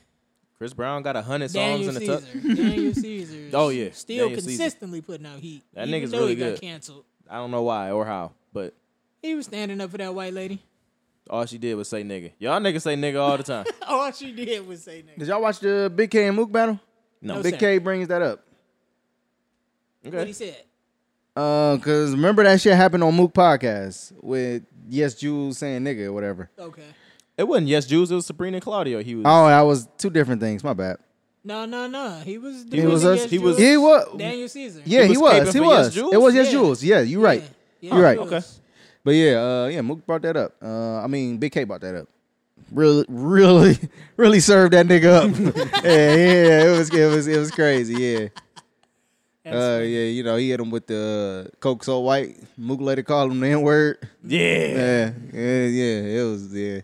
S1: Chris Brown got a hundred songs
S2: Daniel
S1: in the
S2: Caesar.
S1: tuck.
S2: Daniel Caesar. is
S1: Oh, yeah.
S2: Still
S1: Daniel Caesar.
S2: consistently putting out heat.
S1: That
S2: even
S1: nigga's
S2: though
S1: really
S2: he got
S1: good.
S2: canceled.
S1: I don't know why or how, but
S2: He was standing up for that white lady.
S1: all she did was say nigga. Y'all niggas say nigga all the time.
S2: All she did was say nigga.
S3: Did y'all watch the Big K and Mook battle?
S1: No.
S2: No,
S3: Big
S2: sir.
S3: K brings that up.
S2: What he
S1: Okay.
S2: said.
S3: Uh, cause remember that shit happened on Mook podcast with Yes Jules saying nigga or whatever.
S2: Okay.
S1: It wasn't yes Jews. It was Sabrina and Claudio. He was.
S3: Oh, that was two different things. My bad.
S2: No, no, no. He was.
S1: He was us-
S2: yes,
S1: he was-
S2: Jules,
S3: He was-
S2: Daniel Caesar.
S3: Yeah, he
S1: was caping
S3: was. He
S1: for
S3: was.
S1: Yes Jules?
S3: It was Yes
S2: Yeah.
S3: Jules. Yeah, you right.
S2: Yeah,
S3: You're right.
S2: Jules.
S1: Okay.
S3: But yeah, uh, yeah, Mook brought that up. Uh, I mean, Big K brought that up. Really, really, really served that nigga up. yeah, yeah, it was, it was, it was crazy. Yeah,
S2: That's
S3: uh,
S2: funny.
S3: yeah, you know, he hit him with the uh, Coke so white. Mook later called him the N word.
S1: Yeah.
S3: Yeah, yeah, yeah, it was. Yeah,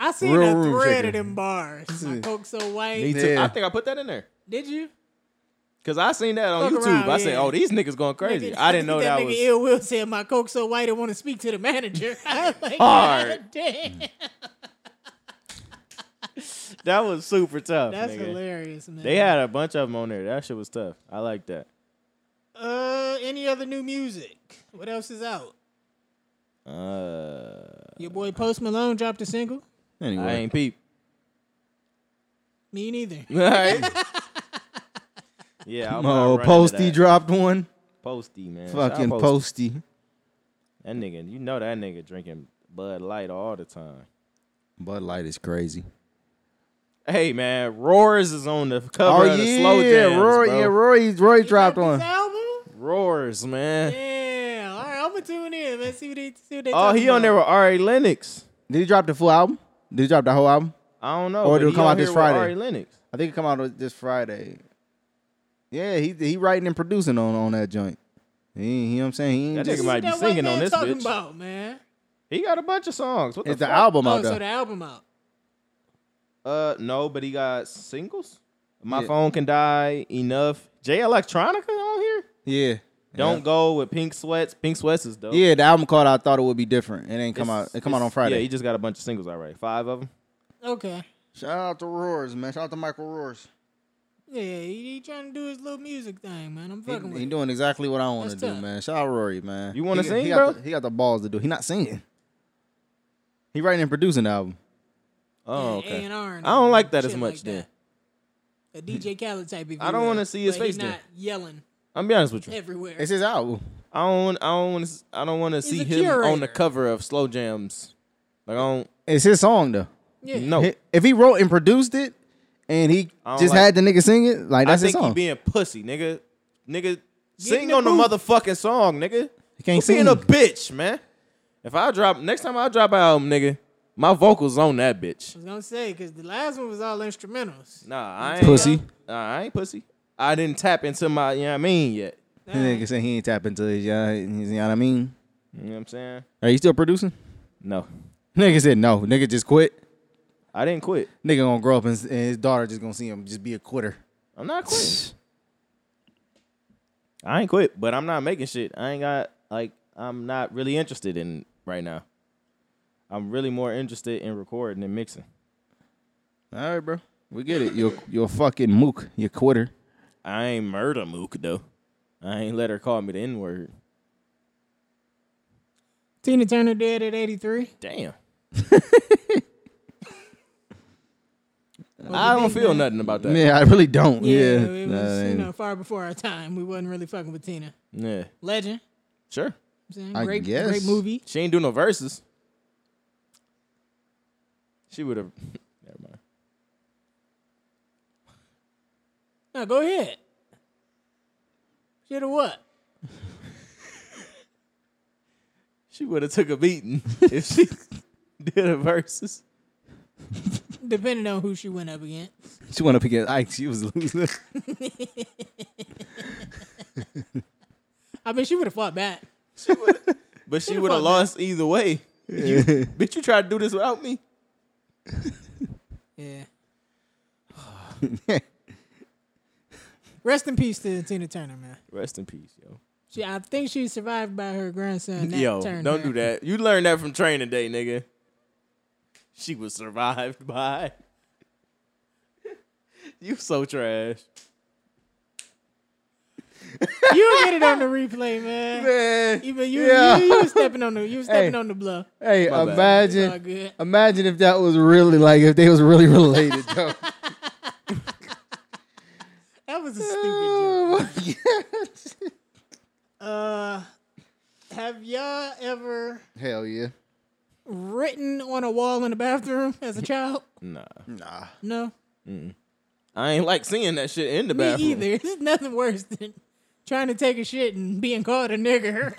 S2: I seen
S3: Real
S2: a
S3: room
S2: thread
S3: shaker.
S2: of them bars. My coke so
S1: Me
S2: white.
S1: too.
S3: Yeah.
S1: I think I put that in there.
S2: Did you?
S1: Cause I seen that on
S2: Fuck
S1: YouTube.
S2: around,
S1: I said,
S2: yeah.
S1: "Oh, these niggas going crazy."
S2: Nigga,
S1: I didn't know
S2: think
S1: that,
S2: nigga
S1: was.
S2: Ill Will said my coke so white I want to speak to the manager. I was like,
S1: Hard. Mm.
S2: God damn.
S1: That was super tough.
S2: That's
S1: nigga.
S2: hilarious, man.
S1: They had a bunch of them on there. That shit was tough. I like that.
S2: uh any other new music? What else is out?
S1: Uh,
S2: Your boy Post Malone dropped a single.
S3: anyway,
S1: I ain't peep.
S2: Me neither.
S1: All right. yeah. I'm
S3: Oh, Posty
S1: Posty.
S3: dropped one.
S1: Posty, man. Shout out
S3: Fucking
S1: Posty.
S3: Posty.
S1: That nigga, you know that nigga drinking Bud Light all the time.
S3: Bud Light is crazy.
S1: Hey man, Roars is on the cover
S3: oh
S1: of the
S3: yeah,
S1: slow jams,
S3: Roy,
S1: bro.
S3: yeah, Roy, Roy
S2: You
S3: dropped
S2: got
S3: one.
S2: this album?
S1: Roars, man.
S2: Yeah. All right, I'm gonna tune in. Let's see what they see what they.
S1: Oh, he
S2: talking
S1: on there
S2: about.
S1: with Ari Lennox.
S3: Did he drop the full album? Did he drop the whole album?
S1: I don't know.
S3: Or
S1: but
S3: it'll
S1: he
S3: come
S1: on
S3: out this
S1: here with
S3: Friday.
S1: Ari Lennox.
S3: I think it come out this Friday. Yeah, he he writing and producing on on that joint. He, you know what I'm saying? He ain't
S1: That
S3: just,
S1: nigga might be
S2: That white
S1: singing on
S2: man
S1: this
S2: talking
S1: bitch.
S2: about man.
S1: He got a bunch of songs. What
S3: it's
S1: the,
S3: the
S1: fuck?
S3: album
S2: Oh,
S3: out
S2: so
S3: there.
S2: the album out.
S1: Uh, no, but he got singles. My
S3: Yeah.
S1: phone can die. Enough. J Electronica on here.
S3: yeah.
S1: Don't
S3: yeah.
S1: go with Pink Sweats. Pink Sweats is dope.
S3: Yeah, the album called I Thought It Would Be Different. It ain't come out.
S1: It's-
S3: It come out
S1: it's-
S3: on
S1: Yeah,
S3: Friday.
S1: he just got a bunch of singles already. Five of them.
S2: Okay.
S3: Shout out to Roars, man. Shout out to Michael Roars.
S2: Yeah, he, he trying to do his little music thing, man. I'm
S3: He,
S2: fucking with.
S3: he
S2: it.
S3: doing exactly what I want to
S2: That's
S3: do,
S2: tough.
S3: man. Shout out Rory, man.
S1: You wanna
S3: He-
S1: sing,
S3: he got
S1: bro?
S3: the- he got the balls to do. it. He not singing. He writing and producing the album.
S1: Oh,
S2: Yeah,
S1: okay.
S2: A&R and
S1: I don't like that
S2: shit
S1: as much
S2: like
S1: then.
S2: that. a DJ Khaled type. If
S1: I
S2: you
S1: don't
S2: will.
S1: wanna see his
S2: But he
S1: face then.
S2: Not yelling
S1: I'm be honest with you.
S2: everywhere.
S3: It's his album.
S1: I don't. I don't want to. I don't want to see
S2: a
S1: him on
S2: curator.
S1: the cover of Slow Jams. Like I don't.
S3: It's his song though.
S2: yeah.
S1: No.
S3: Hi- If he wrote and produced it, and he
S1: Oh. I don't
S3: just
S1: like-
S3: had the nigga sing it, like
S1: I
S3: that's his
S1: think he
S3: song.
S1: being pussy, nigga. Nigga,
S2: in
S1: sing
S2: the
S1: on the
S2: booth.
S1: motherfucking song, nigga.
S3: He can't
S1: Quit being
S3: sing.
S1: a bitch, man. If I drop next time I drop an album, nigga, my vocals on that bitch.
S2: I was gonna say because the last one was all instrumentals.
S1: Nah, I ain't
S3: Pussy.
S1: Nah, I ain't pussy. I didn't tap into my, you know what I mean, yet.
S3: The nigga say he ain't tap into his, yeah, you know what I mean?
S1: You know what I'm saying?
S3: Are you still producing?
S1: No,
S3: Nigga said no. Nigga just quit.
S1: I didn't quit.
S3: Nigga gonna grow up and, and his daughter just gonna see him just be a quitter.
S1: I'm not quitting. I ain't quit, but I'm not making shit. I ain't got like I'm not really interested in right now. I'm really more interested in recording than mixing.
S3: All right, bro. We get it. You're you're a fucking mook. You're a quitter.
S1: I ain't murder Mook though. I ain't let her call me the N word.
S2: Tina Turner dead at 83.
S1: Damn. I don't feel nothing about that. Yeah.
S3: Yeah, I really don't. Yeah,
S2: it
S3: Nah,
S2: was you
S3: ain't-
S2: know far before our time. We wasn't really fucking with Tina. Legend.
S1: Sure.
S2: You know what
S3: I
S2: I'm saying? Great,
S3: guess.
S2: great movie.
S1: She ain't do no verses. She would have. Never mind.
S2: No, go ahead. Shit or what?
S1: She would have took a beating if she did a verses.
S2: Depending on who she went up against.
S3: she went up against Ike. She was losing.
S2: I mean, she would have fought back.
S1: But she
S2: the
S1: would have
S2: fuck,
S1: lost either way. You, bitch, you try to do this without me?
S2: Yeah. Rest in peace to Tina Turner, man.
S1: Rest in peace, yo.
S2: She, I think she was survived by her grandson. Nat
S1: yo,
S2: Turner.
S1: don't do that. You learned that from training day, nigga. She was survived by. you so trash.
S2: You get it on the replay, man.
S3: Man.
S2: Even you,
S3: Yeah.
S2: you, you was stepping on the, you was stepping
S3: Hey.
S2: on the bluff.
S3: Hey,
S1: My bad.
S2: It's all
S3: imagine,
S2: good.
S3: imagine if that was really like if they was really related. though.
S2: That was a stupid joke. Uh, have y'all ever
S3: Hell yeah.
S2: written on a wall in the bathroom as a child?
S1: Nah.
S3: Nah.
S2: No,
S1: I ain't like seeing that shit in the
S2: me
S1: bathroom.
S2: either. There's nothing worse than trying to take a shit and being called a nigger.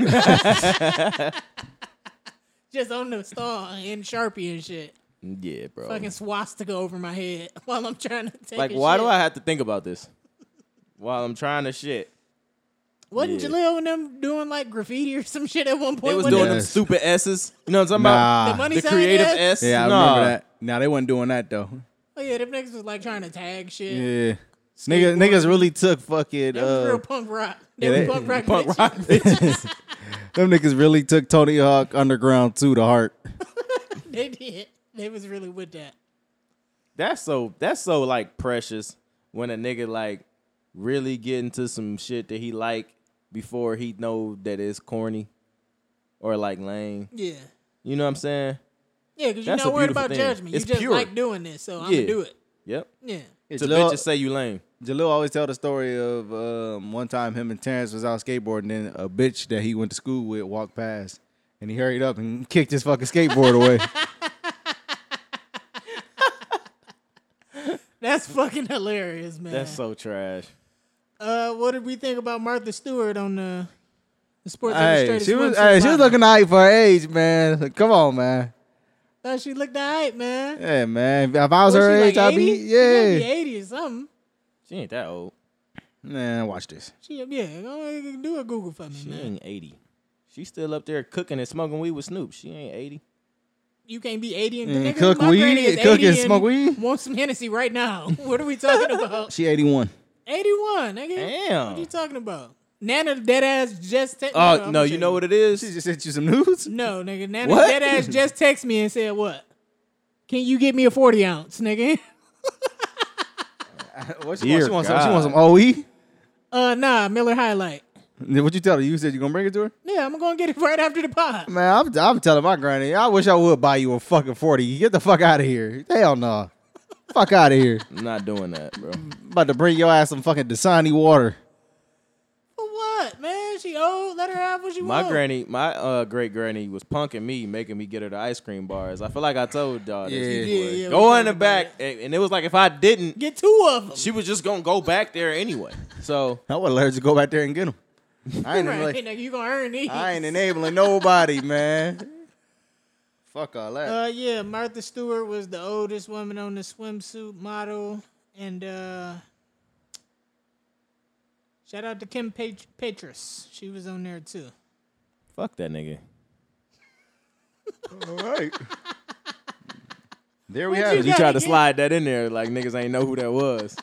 S2: Just on the stall in Sharpie and shit.
S1: Yeah, bro.
S2: Fucking swastika over my head while I'm trying to
S1: Oh.
S2: take
S1: like,
S2: a
S1: why
S2: shit.
S1: do I have to think about this while I'm trying to shit?
S2: Wasn't
S1: Yeah.
S2: Jaleel and them doing like graffiti or some shit at one point?
S1: They was
S2: wasn't
S1: doing
S2: it?
S1: them
S3: Yes.
S1: stupid S's. You know what I'm talking
S3: Nah.
S2: The money
S1: about? The
S2: sign
S1: creative
S2: S?
S1: S.
S3: Yeah, I
S1: Nah.
S3: remember that. Nah, they wasn't doing that though.
S2: Oh yeah, them niggas was like trying to tag shit.
S3: Yeah. Niggas, niggas really took fucking.
S2: That was
S3: Uh,
S2: real punk rock. That
S3: yeah,
S2: was
S3: they-
S2: punk rock.
S1: Punk
S2: bitches.
S1: rock bitch.
S3: them niggas really took Tony Hawk Underground to the heart.
S2: They did. They was really with that.
S1: That's so that's so like precious when a nigga like really get into some shit that he like before he know that it's corny or like lame.
S2: Yeah.
S1: You know what I'm saying?
S2: Yeah, because you're
S1: That's a
S2: not worried
S1: beautiful
S2: about
S1: thing.
S2: judgment.
S1: It's
S2: you just
S1: pure.
S2: like doing this, so I'm
S1: Yeah.
S2: gonna do it.
S1: Yep.
S2: Yeah.
S1: To
S3: Jalil,
S1: bitches say you lame.
S3: Jalil always tell the story of um, one time him and Terrence was out skateboarding, and a bitch that he went to school with walked past, and he hurried up and kicked his fucking skateboard away.
S2: That's fucking hilarious, man.
S1: That's so trash.
S2: uh what did we think about Martha Stewart on the, the Sports
S3: hey,
S2: Illustrated?
S3: she was
S2: swimsuit
S3: hey, she
S2: model?
S3: was looking alright for her age, man. Like, come on, man.
S2: Thought she looked alright, man.
S3: Yeah, man. If I was her
S2: she
S3: age,
S2: like
S3: I'd be
S2: 80? She gotta be
S3: yeah.
S2: 80 or something.
S1: She ain't that old.
S3: Man, watch this.
S2: She yeah, go ahead and do a Google for me,
S1: She
S2: man.
S1: ain't 80. She still up there cooking and smoking weed with Snoop. She ain't 80.
S2: You can't be 80 and,
S3: And
S2: nigga,
S3: Mm, cook
S2: my granny
S3: weed,
S2: is
S3: cook
S2: 80
S3: and smoke weed?
S2: Want some Hennessy right now? What are we talking about?
S3: She eighty one.
S2: 81, nigga. What are you
S1: Damn.
S2: talking about? Nana dead ass just text.
S1: Oh, no, you know what it
S3: She
S1: is?
S3: just sent you some news.
S2: No, nigga. Nana
S1: What?
S2: dead ass just text me and said what? Can you get me a forty ounce, nigga?
S3: What she,
S1: Dear
S3: want? she want? Some, she
S1: God.
S3: want some OE.
S2: Uh, nah, Miller Highlight.
S3: Then What you tell her? You said you gonna bring it to her?
S2: Yeah, I'm gonna get it right after the pod.
S3: Man, I'm, I'm telling my granny. I wish I would buy you a fucking forty. Get the fuck out of here. Hell no. Fuck out of here.
S1: I'm not doing that, bro.
S3: I'm about to bring your ass some fucking Dasani water.
S2: For what, man? She old. Let her have what she
S1: My
S2: want.
S1: granny, my uh, great granny was punking me, making me get her the ice cream bars. I feel like I told y'all this.
S3: Yeah.
S1: before.
S2: Yeah, yeah, we
S1: go in
S2: talked
S1: the
S2: about
S1: back, and, and it was like if I didn't,
S2: Get two of them.
S1: she was just gonna go back there anyway. So
S3: I would let her just go back there and get them. I ain't,
S2: right,
S3: enabling,
S2: nigga, you gonna earn these.
S3: I ain't enabling nobody, man. Fuck all that.
S2: Uh, yeah, Martha Stewart was the oldest woman on the swimsuit model, and uh, shout out to Kim Pat- Petras. She was on there too.
S1: fuck that nigga.
S3: all right. There we
S2: What
S3: have
S2: you
S3: it.
S1: You
S2: got?
S1: tried to
S2: again.
S1: slide that in there like niggas ain't know who that was.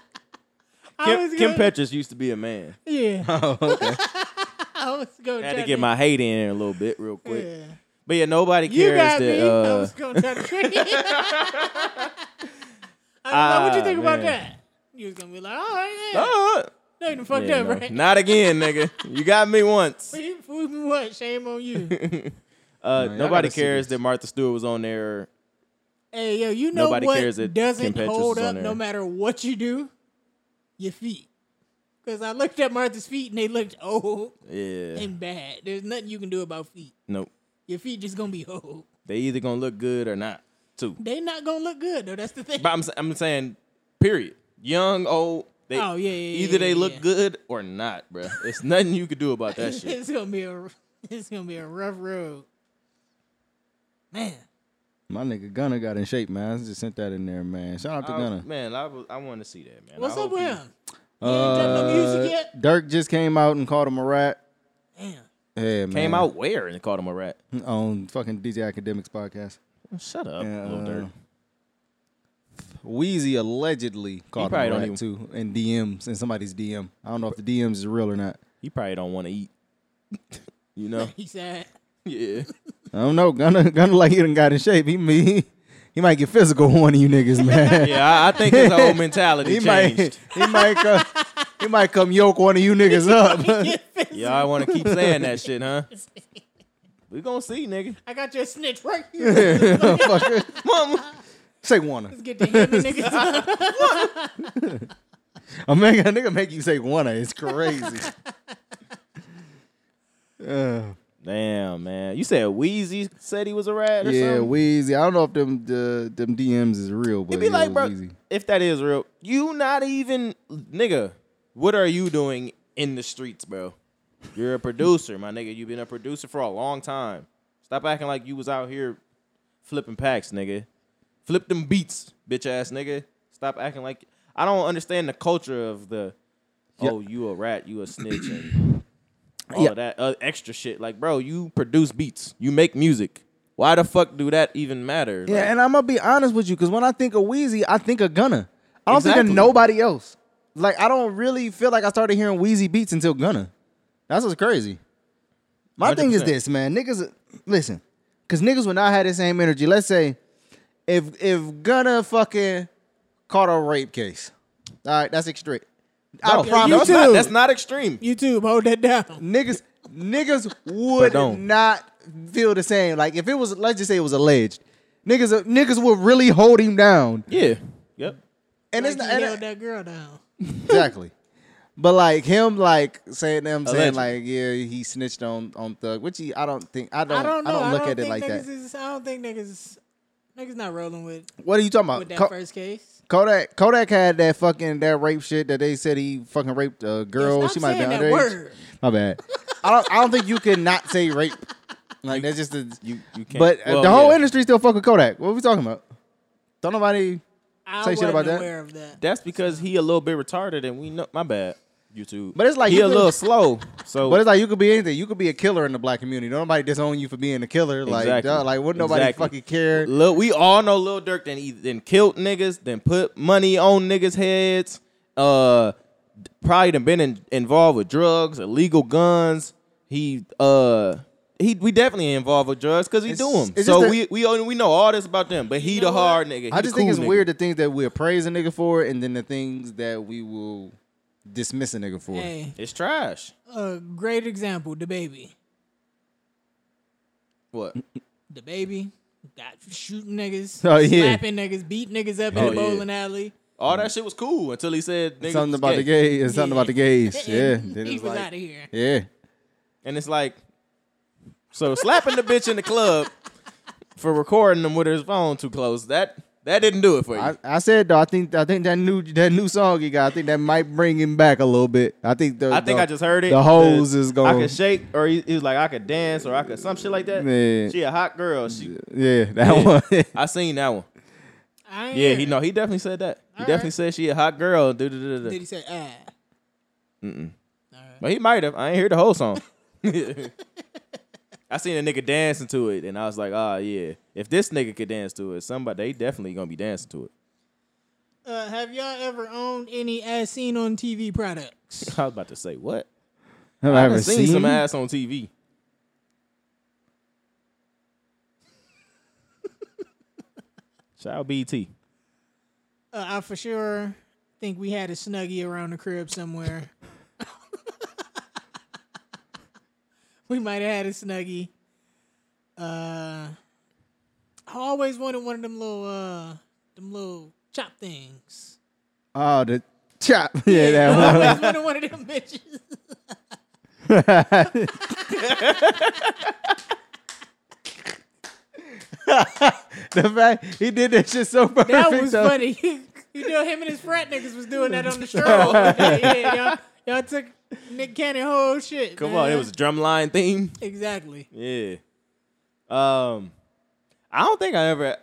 S2: I was
S1: Kim, Kim
S2: gonna-
S1: Petras used to be a man.
S2: Yeah,
S3: Oh, okay.
S2: I was going
S1: I had to get my hate in there a little bit real quick.
S2: Yeah.
S1: But yeah, nobody
S2: You
S1: cares
S2: got me.
S1: that.
S2: I
S1: Uh,
S2: was gonna try to trick you. I don't know what
S1: Ah,
S2: you think about
S1: man.
S2: that. You was gonna be like, all right, yeah,
S1: uh,
S2: no, you done fucked
S1: yeah,
S2: up,
S1: no.
S2: right?
S1: Not again, nigga. You got me once.
S2: You fooled me what? Shame on you.
S1: Uh,
S3: y'all
S1: nobody
S3: gotta see
S1: cares
S3: this.
S1: that Martha Stewart was on there.
S2: Hey, yo, you know
S1: Nobody
S2: what
S1: cares that Kim
S2: doesn't
S1: Petras
S2: hold
S1: is on
S2: up no
S1: there.
S2: matter what you do? Your feet. Because I looked at Martha's feet and they looked old
S1: Yeah,
S2: and bad. There's nothing you can do about feet.
S1: nope.
S2: Your feet just going to be old.
S1: They either gonna look good or not. Too.
S2: They not going to look good, though. That's the thing.
S1: But I'm s- I'm saying, period. Young, old. They,
S2: Oh, yeah, yeah, yeah,
S1: Either they
S2: yeah,
S1: look
S2: yeah.
S1: good or not, bro. It's nothing you could do about that shit.
S2: it's going to be a it's going to be a rough road. Man.
S3: My nigga Gunner got in shape, man. I just sent that in there, man. Shout
S2: Oh.
S3: out to
S1: I,
S3: Gunner.
S1: man, I, was- I want to see that, man. I
S2: What's up
S1: hope
S2: with
S1: he-
S2: him? He ain't dropped no music yet?
S3: Uh, Dirk just came out and called him a rat.
S2: Damn.
S3: Yeah, man.
S1: Came out where and called him a rat.
S3: on fucking DJ Academics podcast.
S1: Shut up,
S3: Yeah,
S1: little
S3: uh,
S1: dirt.
S3: Weezy allegedly called him
S1: probably
S3: a
S1: don't
S3: rat
S1: even-
S3: too in DMs in somebody's DM. I don't know if the DMs is real or not.
S1: You probably don't want to eat. you know?
S2: He said,
S1: yeah.
S3: I don't know. Gunna Gunna like he done got in shape. He he, he might get physical with one of you niggas, man.
S1: Yeah, I, I think his whole mentality
S3: he
S1: changed.
S3: might he might come he might come yoke one of you niggas up.
S1: Y'all want to keep saying that shit, huh? We gonna see, nigga.
S2: I got your snitch right here.
S1: Mama.
S3: say one.
S2: Let's get the heavy niggas up.
S3: A man a nigga make you say one. It's crazy. Uh,
S1: Damn, man. You said Wheezy said he was a rat or
S3: yeah,
S1: something?
S3: Weezy. I don't know if them the, them DMs is real, but
S1: It'd be
S3: yeah,
S1: like,
S3: it
S1: bro,
S3: was Weezy.
S1: if that is real, you not even nigga. What are you doing in the streets, bro? You're a producer, my nigga. You've been a producer for a long time. Stop acting like you was out here flipping packs, nigga. Flip them beats, bitch ass nigga. Stop acting like I don't understand the culture of the
S3: Yeah.
S1: oh you a rat, you a snitch, and all
S3: Yeah.
S1: of that uh, extra shit. Like, bro, you produce beats, you make music. Why the fuck do that even matter?
S3: Yeah,
S1: Like,
S3: and I'm gonna be honest with you, because when I think of Wheezy, I think of Gunna. I don't think
S1: Exactly.
S3: of nobody else. Like I don't really feel like I started hearing Wheezy beats until Gunna. That's what's crazy. My thing is
S1: 100%.
S3: this, man. Niggas, listen, because niggas would not have the same energy. Let's say if if Gunna fucking caught a rape case, all right, that's extreme. I
S1: no,
S3: promise
S1: that's
S2: you
S1: not-
S2: too.
S1: that's not extreme.
S2: YouTube, hold that down.
S3: niggas niggas would
S1: Pardon.
S3: not feel the same. Like if it was, let's just say it was alleged, niggas niggas would really hold him down.
S1: Yeah. Yep.
S3: And it's not
S2: Like, he
S3: and-
S2: held that girl down.
S3: exactly. But like him, like saying them saying
S1: Allegedly.
S3: like yeah, he snitched on on Thug, which he I don't think I don't
S2: I don't know.
S3: look at it
S2: think
S3: like
S2: niggas
S3: that.
S2: is. I don't think niggas niggas not rolling with
S3: what are you talking
S2: with
S3: about?
S2: that
S3: Ko-
S2: first case.
S3: Kodak Kodak had that fucking that rape shit that they said he fucking raped a girl.
S2: Stop
S3: she might be
S2: saying that
S3: underage.
S2: word.
S3: My bad. I don't I don't think you can not say rape. Like that's just a,
S1: You you can't.
S3: but uh
S1: well,
S3: the whole
S1: yeah.
S3: industry still fuck with Kodak. What are we talking about? Don't nobody.
S2: I
S3: Say shit
S2: wasn't
S3: about that.
S2: aware of that.
S1: That's because he a little bit retarded, and we know. My bad, YouTube.
S3: But it's like
S1: he
S3: you
S1: a
S3: can-
S1: little slow. So
S3: But it's like you could be anything. You could be a killer in the black community. Don't nobody disown you for being a killer. Like,
S1: Exactly.
S3: duh, like wouldn't nobody
S1: Exactly.
S3: fucking care?
S1: Lil, we all know Lil Durk then he then killed niggas, then put money on niggas' heads. Uh, d- probably done been in, involved with drugs, illegal guns. He uh. He, we definitely involved with drugs because he
S3: It's-
S1: do them.
S3: it's
S1: So
S3: just that-
S1: we we only- we know all this about them, but he
S2: You
S1: the
S2: know what?
S1: hard nigga. He
S3: I
S1: the
S3: just think
S1: cool
S3: it's
S1: nigga.
S3: weird the things that we appraise a nigga for, and then the things that we will dismiss a nigga for.
S2: Hey,
S1: It's trash.
S2: a great example, the baby.
S1: What?
S2: The baby Got shooting niggas,
S3: Oh, yeah.
S2: slapping niggas, beat niggas up in
S1: Oh,
S2: the
S1: yeah.
S2: bowling alley.
S1: All that shit was cool until he said niggas
S3: something
S1: was
S3: about
S1: gay.
S3: the gauge. It's something about the gauge. Yeah. Then
S2: he
S3: it's
S2: was
S3: like,
S2: out of here.
S3: yeah.
S1: And it's like, so slapping the bitch in the club for recording them with his phone too close. That that didn't do it for you.
S3: I, I said though, I think I think that new that new song he got, I think that might bring him back a little bit. I think the
S1: I think
S3: the-
S1: I just heard it.
S3: The hose
S1: The,
S3: is going.
S1: I could shake, or he, he was like, I could dance, or I could some shit like that.
S3: Yeah.
S1: She a hot girl. She,
S3: yeah, that one.
S1: I seen that one.
S2: I ain't
S1: Yeah,
S2: hear
S1: he
S2: it.
S1: no, he definitely said that. He
S2: All
S1: definitely
S2: right.
S1: said she a hot girl. duh, duh, duh, duh, duh.
S2: Did he say ah?
S1: But he might have. I ain't hear the whole song. I seen a nigga dancing to it, and I was like, ah, yeah. If this nigga could dance to it, somebody they definitely gonna be dancing to it.
S2: Uh, have y'all ever owned any as seen on TV products?
S1: I was about to say what?
S3: Have
S1: I
S3: I
S1: haven't
S3: ever
S1: seen,
S3: seen
S1: some ass on TV. Shout out BT.
S2: Uh, I for sure think we had a snuggie around the crib somewhere. we might have had a snuggie. Uh, I always wanted one of them little, uh, them little chop things.
S3: Oh, the chop. Yeah, that
S2: I
S3: one.
S2: always wanted one of them bitches.
S3: The fact he did that shit so perfect.
S2: That was
S3: though.
S2: funny. you know, him and his frat niggas was doing that on the stroll. yeah, y'all, y'all took Nick Cannon whole shit.
S1: Come
S2: man.
S1: on, it was a drumline theme.
S2: exactly.
S1: Yeah. Um, I don't think I ever.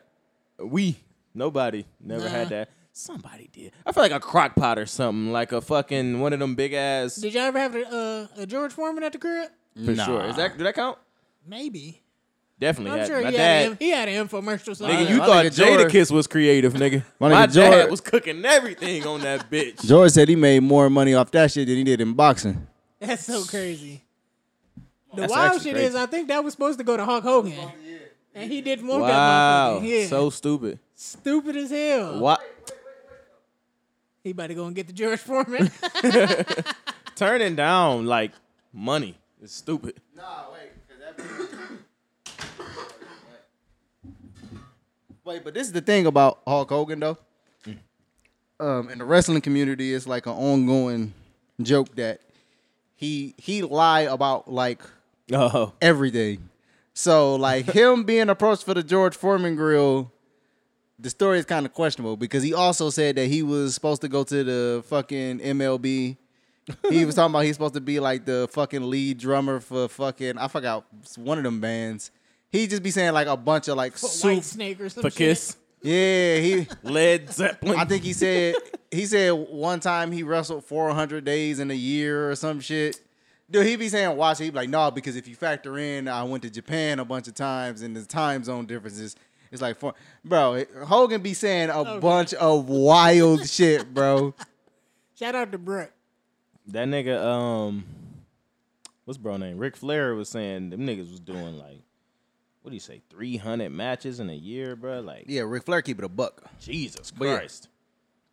S1: We nobody never had
S2: Nah.
S1: that. Somebody did. I feel like a crock pot or something, like a fucking one of them big ass
S2: Did y'all ever have a, uh, a George Foreman at the crib?
S1: for sure. Is that do that count?
S2: Maybe.
S1: Definitely.
S2: I'm
S1: had.
S2: sure
S1: My
S2: he had, an,
S1: dad.
S2: he had an infomercial somewhere.
S1: Nigga, you
S3: Uh, my
S1: thought
S3: nigga
S1: Jada
S3: George-
S1: Kiss was creative, nigga. My,
S3: My nigga
S1: dad
S3: George-
S1: was cooking everything on that bitch.
S3: George said he made more money off that shit than he did in boxing.
S2: That's so crazy. The
S1: That's
S2: wild
S1: actually
S2: shit
S1: crazy.
S2: is, I think that was supposed to go to Hulk Hogan. And he didn't want
S1: Wow,
S2: that motherfucker. Yeah.
S1: so stupid.
S2: stupid as hell.
S1: Why?
S2: He about to go and get the George Foreman.
S1: Turning down like money is stupid.
S3: Wait, but this is the thing about Hulk Hogan though. Um, in the wrestling community, it's like an ongoing joke that he he lie about like
S1: Oh,
S3: everything. So like him being approached for the George Foreman grill, the story is kind of questionable because he also said that he was supposed to go to the fucking MLB. he was talking about he's supposed to be like the fucking lead drummer for fucking I forgot one of them bands. He just be saying like a bunch of like
S2: White
S3: soup.
S2: Snake or some
S1: for
S2: shit.
S1: Kiss,
S3: Yeah, he
S1: Led Zeppelin.
S3: I think he said he said one time he wrestled 400 days in a year or some shit. Dude, he be saying watch. it." He be like, nah, because if you factor in, I went to Japan a bunch of times and the time zone differences. It's like, four, bro, Hogan be saying a bunch of wild shit, bro.
S2: Shout out to Brooke.
S1: That nigga, um, what's bro name? Ric Flair was saying them niggas was doing like, what do you say, three hundred matches in a year, bro? Like,
S3: Yeah, Ric Flair keep it a buck.
S1: Jesus
S3: yeah.
S1: Christ!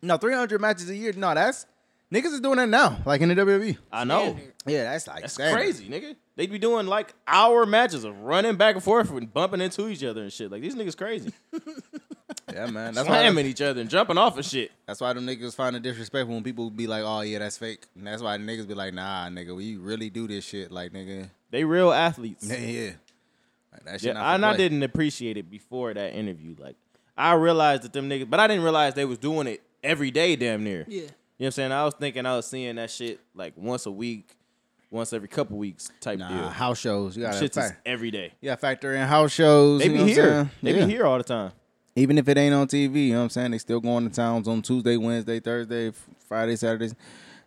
S3: No, 300 matches a year. No, that's niggas is doing that now, like in the E. WWE.
S1: I know
S2: Standard.
S3: Yeah, that's like
S1: that's
S3: standard.
S1: crazy, nigga. They'd be doing like hour matches of running back and forth and bumping into each other and shit. Like these niggas crazy,
S3: Yeah, man. That's why,
S1: slamming each other and jumping off of shit.
S3: that's why them niggas find it disrespectful when people be like, oh, yeah, that's fake. And that's why niggas be like, nah, nigga, we really do this shit. Like, nigga.
S1: They real athletes.
S3: Yeah, yeah. Like, that shit
S1: Yeah,
S3: not for
S1: and I
S3: play.
S1: didn't appreciate it before that interview. Like, I realized that them niggas, but I didn't realize they was doing it every day, damn near.
S2: Yeah.
S1: You know what I'm saying? I was thinking I was seeing that shit like once a week, once every couple weeks type
S3: Nah,
S1: deal.
S3: house shows. You gotta,
S1: Shit's is
S3: fact,
S1: every day.
S3: you gotta factor in house shows.
S1: They
S3: you know
S1: be
S3: what I'm
S1: here.
S3: saying?
S1: They
S3: Yeah.
S1: be here all the time.
S3: Even if it ain't on TV, you know what I'm saying? They still going to towns on Tuesday, Wednesday, Thursday, F- Friday, Saturdays.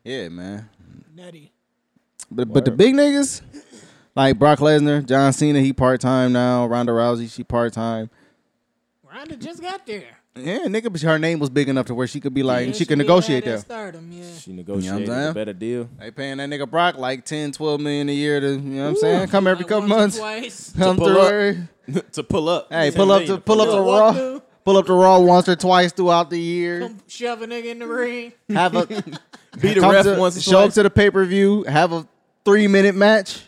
S3: Yeah, man.
S2: Nutty.
S3: But but the big niggas, like Brock Lesnar, John Cena, he part time now. Ronda Rousey, she part time.
S2: Rhonda just got there.
S3: Yeah, nigga, but her name was big enough to where she could be like,
S2: Yeah,
S3: she, can
S2: did
S3: negotiate
S2: have
S3: there.
S2: that Stardom, yeah.
S1: She negotiated a
S3: saying?
S1: better deal.
S3: They paying that nigga Brock like 10, 12 million a year to, you know what I'm saying? Come every
S2: Like
S3: couple
S2: once or
S3: months.
S2: Twice.
S3: Come
S1: pull
S3: through.
S1: up.
S3: her.
S1: to pull up.
S3: Hey,
S1: 10
S3: pull up
S1: million
S3: to pull up
S2: Do
S3: to
S2: a
S3: Raw.
S2: walkthrough.
S3: Pull up to Raw once or twice throughout the year.
S2: Come shove a nigga in the ring.
S3: Have a
S1: Be the
S3: come
S1: ref
S3: to-
S1: once or
S3: show up
S1: twice.
S3: to the pay per view. Have a three minute match.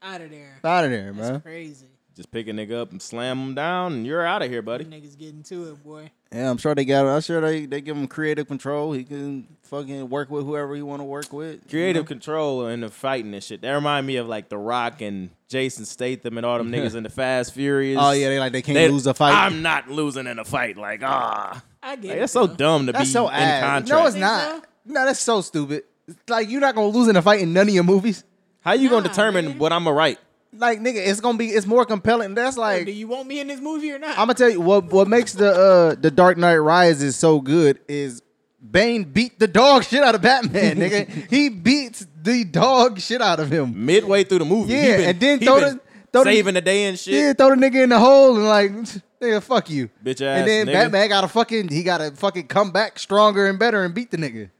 S2: Out of there.
S3: Out of there,
S2: That's
S3: man.
S2: crazy.
S1: Just pick a nigga up and slam him down, and you're out of here, buddy.
S2: Niggas getting to it, boy.
S3: Yeah, I'm sure they got. I'm sure they, they give him creative control. He can fucking work with whoever he want to work with.
S1: Creative control and the fighting and shit. That remind me of like The Rock and Jason Statham and all them niggas in the Fast Furious.
S3: Oh yeah, they like they can't
S1: They-
S3: lose a fight.
S1: I'm not losing in a fight. Like ah,
S2: I get
S1: like,
S2: it.
S1: that's so
S2: though.
S1: dumb to
S3: that's
S1: be
S3: so
S1: in
S3: ass.
S1: contract.
S3: No, it's
S2: Think
S3: not. No, that's so stupid. It's like you're not gonna lose in a fight in none of your movies.
S1: How you gonna
S2: Nah,
S1: determine
S2: man.
S1: what I'm gonna write?
S3: Like nigga, it's gonna be it's more compelling. That's like
S2: Do you want me in this movie or not?
S3: I'm gonna tell you what what makes the uh the Dark Knight Rises so good is Bane beat the dog shit out of Batman, nigga. he beats the dog shit out of him.
S1: Midway through the movie, he
S3: Yeah,
S1: been-
S3: and then
S1: he
S3: throw
S1: been
S3: the- throw the-
S1: saving the day and shit.
S3: Yeah, throw the nigga in the hole and like, nigga, fuck you,
S1: Bitch ass
S3: And then
S1: nigga.
S3: Batman got to fucking he got to fucking come back stronger and better and beat the nigga.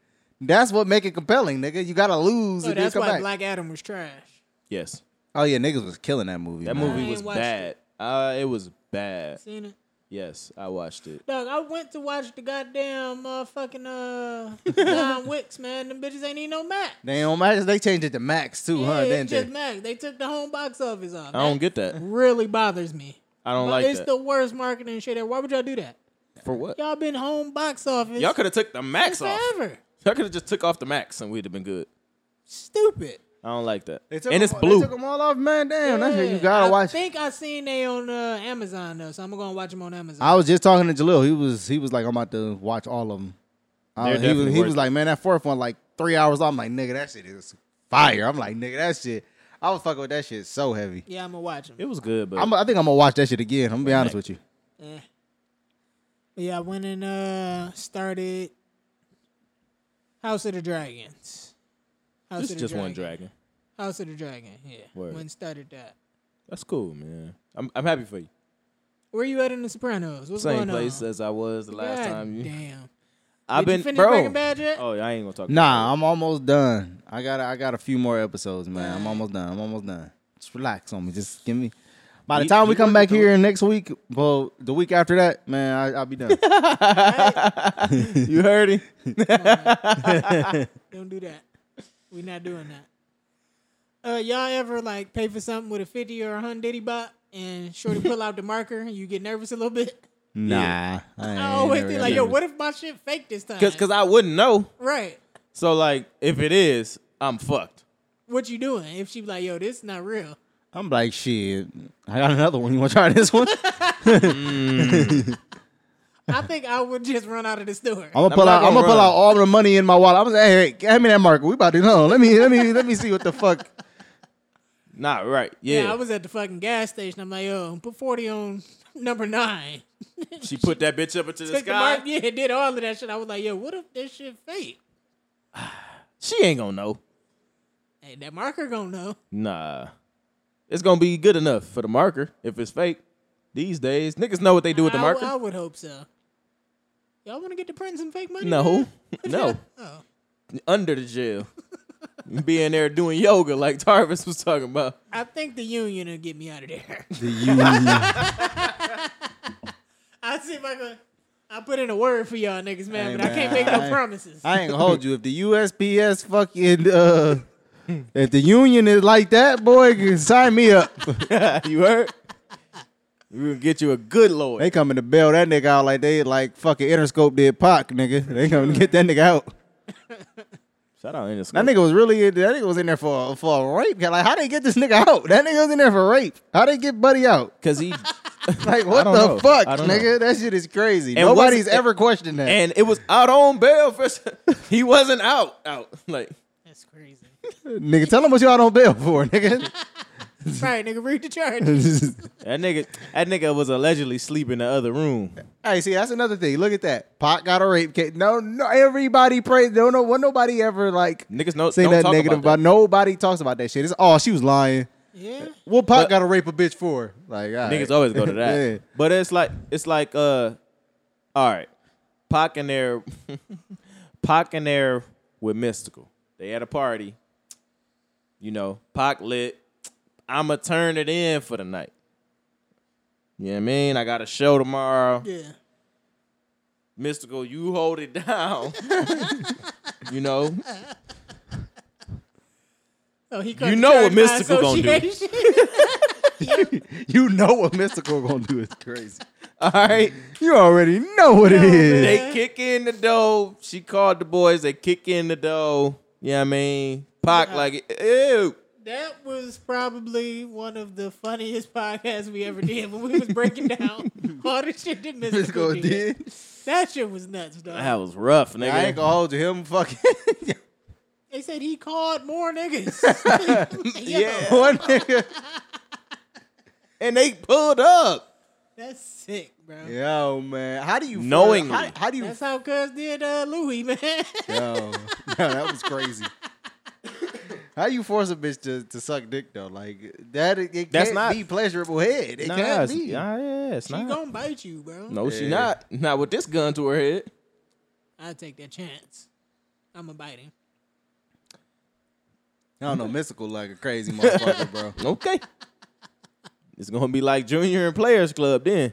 S3: That's what make it compelling, nigga. You gotta lose
S2: so
S3: and then
S2: Oh, that's
S3: come
S2: why
S3: back.
S2: Black Adam was trash.
S1: Yes,
S3: oh yeah, niggas was killing that movie.
S1: that
S3: man.
S1: movie
S2: ain't
S1: was
S2: watched
S1: bad. Uh, it was bad.
S2: Seen it?
S1: Yes, I watched it.
S2: Dog, I went to watch the goddamn uh, fucking uh, John Wicks, man. Them bitches ain't need no Mac.
S3: They don't matter. They changed it to Max too,
S2: Yeah,
S3: huh?
S2: it's
S3: Didn't
S2: just
S3: they?
S2: Mac. They took the home box office off.
S1: I don't get that.
S2: That really bothers me.
S1: I don't
S2: But
S1: like
S2: it's
S1: that.
S2: the worst marketing shit ever. Why would y'all do that?
S1: For what?
S2: Y'all been home box office
S1: Y'all could have took the max off.
S2: forever.
S1: Y'all could have just took off the max and we'd have been good.
S2: Stupid.
S1: I don't like that.
S3: They took
S1: and it's
S3: them-
S1: blue.
S3: They took them all off, man. Damn, that's what you
S2: Yeah,
S3: gotta
S2: I
S3: watch.
S2: think I seen they on uh, Amazon though, so I'm gonna watch them on Amazon.
S3: I was just talking to Jalil. He was he was like, I'm about to watch all of them. I- he
S1: They're
S3: was,
S1: definitely
S3: he
S1: worth
S3: was
S1: it.
S3: like, man, that fourth one like three hours. I'm like, nigga, that shit is fire. I'm like, nigga, that shit. I was fucking with that shit so heavy.
S2: yeah, I'm gonna watch them.
S1: It was good, but
S3: I'm, I think I'm gonna watch that shit again. I'm gonna be honest
S1: night.
S3: with you.
S2: Yeah. But yeah, I went and uh, started House of the Dragons. House
S1: it's
S2: of the
S1: just one dragon.
S2: House of the Dragon. Yeah.
S1: Word.
S2: When started that.
S1: That's cool, man. I'm I'm happy for you.
S2: Where you at in The Sopranos? What's
S1: Same
S2: going
S1: place
S2: on?
S1: as I was the last
S2: God
S1: time. You,
S2: Damn.
S1: I've
S2: Did you
S1: been
S2: finish
S1: bro.
S2: Breaking Bad yet?
S1: Oh, I ain't gonna talk.
S3: Nah, I'm almost done. I got I got a few more episodes, man. I'm almost done. I'm almost done. Just relax on me. Just give me. By the
S1: You-
S3: time we
S1: you
S3: come
S1: working
S3: back
S1: through
S3: here next week, well, the week after that, man, I, I'll be done.
S1: about it. you heard him.
S2: Don't do that. we not doing that. Uh, y'all ever like pay for something with a fifty or a hundred diddy bot and shorty pull out the marker and you get nervous a little bit?
S3: nah, I, ain't
S2: I always
S3: never
S2: think
S3: got
S2: like, yo,
S3: nervous.
S2: what if my shit fake this time?
S1: Cause, cause I wouldn't know.
S2: right.
S1: So like, if it is, I'm fucked.
S2: What you doing? If she be like, yo, this not real.
S3: I'm like, shit. I got another one. You want to try this one?
S2: I think I would just run out of the store.
S3: I'm gonna
S1: I'm
S3: pull
S1: not
S3: out. I'm
S1: gonna
S3: gonna pull
S1: run.
S3: out all the money in my wallet. I'm gonna say, hey, hand me that marker. We about to know. Let me, let me, let me see what the fuck.
S1: Nah, right? Yeah.
S2: yeah. I was at the fucking gas station. I'm like, yo, put forty on number nine.
S1: she put that bitch up into the
S2: Took the
S1: sky.
S2: mark, yeah, did all of that shit. I was like, yo, what if this shit fake?
S1: She ain't gonna know.
S2: Hey, that marker gonna know.
S1: Nah. It's gonna be good enough for the marker if it's fake. These days, niggas know what they do with the
S2: I-
S1: marker.
S2: I, would hope so. Y'all want to get the print some fake money?
S1: no,
S2: man?
S1: no,
S2: Oh.
S1: under the jail, being there doing yoga like Tarvis was talking about.
S2: I think the union will get me out of there.
S3: The union.
S2: I see if I can. I put in a word for y'all niggas, man,
S3: Hey,
S2: but I
S3: man,
S2: can't make no
S3: I-
S2: promises.
S3: I ain't gonna hold you. If the USPS fucking, uh, if the union is like that, boy, you can sign me up.
S1: you heard? We gonna get you a good lawyer.
S3: They coming to bail that nigga out like they like fucking Interscope did Pac, nigga. They coming to get that nigga out.
S1: Shout out Interscope.
S3: That nigga was really that nigga was in there for for a rape. Like how they get this nigga out? That nigga was in there for rape. How they get Buddy out?
S1: Cause he
S3: Like what the
S1: don't know.
S3: fuck,
S1: I don't
S3: nigga? That shit is crazy.
S1: And
S3: Nobody's
S1: wasn't-
S3: ever questioned that.
S1: and it was out on bail for. he wasn't out. Out like
S2: That's crazy.
S3: nigga, tell them what you out on bail for, nigga.
S2: right, nigga, read the charge.
S1: that nigga. That nigga was allegedly sleeping in the other room.
S3: hey, see, that's another thing. Look at that. Pot got a rape case. No, no, everybody prays. No, no, what nobody ever like
S1: Niggas know.
S3: say
S1: don't
S3: that
S1: talk
S3: negative
S1: about.
S3: about. Nobody talks about that shit. It's oh, she was lying.
S2: Yeah.
S3: What Pot
S1: But-
S3: got to rape a bitch for? Like all
S1: Niggas
S3: right.
S1: always go to that.
S3: Yeah.
S1: But it's like it's like uh all right. Pac and there Pac and there with Mystical. They at a party. You know, Pac lit. I'ma turn it in for the night. You know what I mean? I got a show tomorrow.
S2: Yeah.
S1: Mystical, you hold it down. you know?
S2: Oh, he Oh,
S1: You know what Mystical
S2: Mystical
S1: gonna do.
S3: you know what Mystical gonna do is crazy.
S1: All right.
S3: You already know what it is.
S1: They kick in the door. She called the boys. They kick in the door. Yeah, I mean, Pac like, ew.
S2: That was probably one of the funniest podcasts we ever did when we was breaking down all the shit that Mystical
S3: Mystical
S2: did.
S3: did.
S2: That shit was nuts, dog.
S1: That was rough, nigga.
S3: I ain't gonna hold you. Him fucking
S2: They said he called more niggas. Yo,
S1: Yeah.
S3: one nigga.
S1: and they pulled up.
S2: That's sick, bro.
S3: Yo, man. How do you feel-
S1: Knowingly.
S3: How, how do you
S2: That's how Cuz did uh, Louis, man.
S3: Yo, no, that was crazy. How you force a bitch to, to suck dick though? Like that, it, it
S1: That's
S3: can't
S1: not-
S3: be pleasurable head. It
S1: Nah,
S3: can't
S1: it's-
S3: be.
S1: Yeah, yeah, it's
S2: he
S1: not.
S2: gonna bite you, bro.
S1: no, she
S3: Yeah.
S1: not. Not with this gun to her head.
S2: I take that chance. I'm a biting.
S3: I don't know, mystical like a crazy motherfucker, bro.
S1: Okay. it's gonna be like junior and players club then.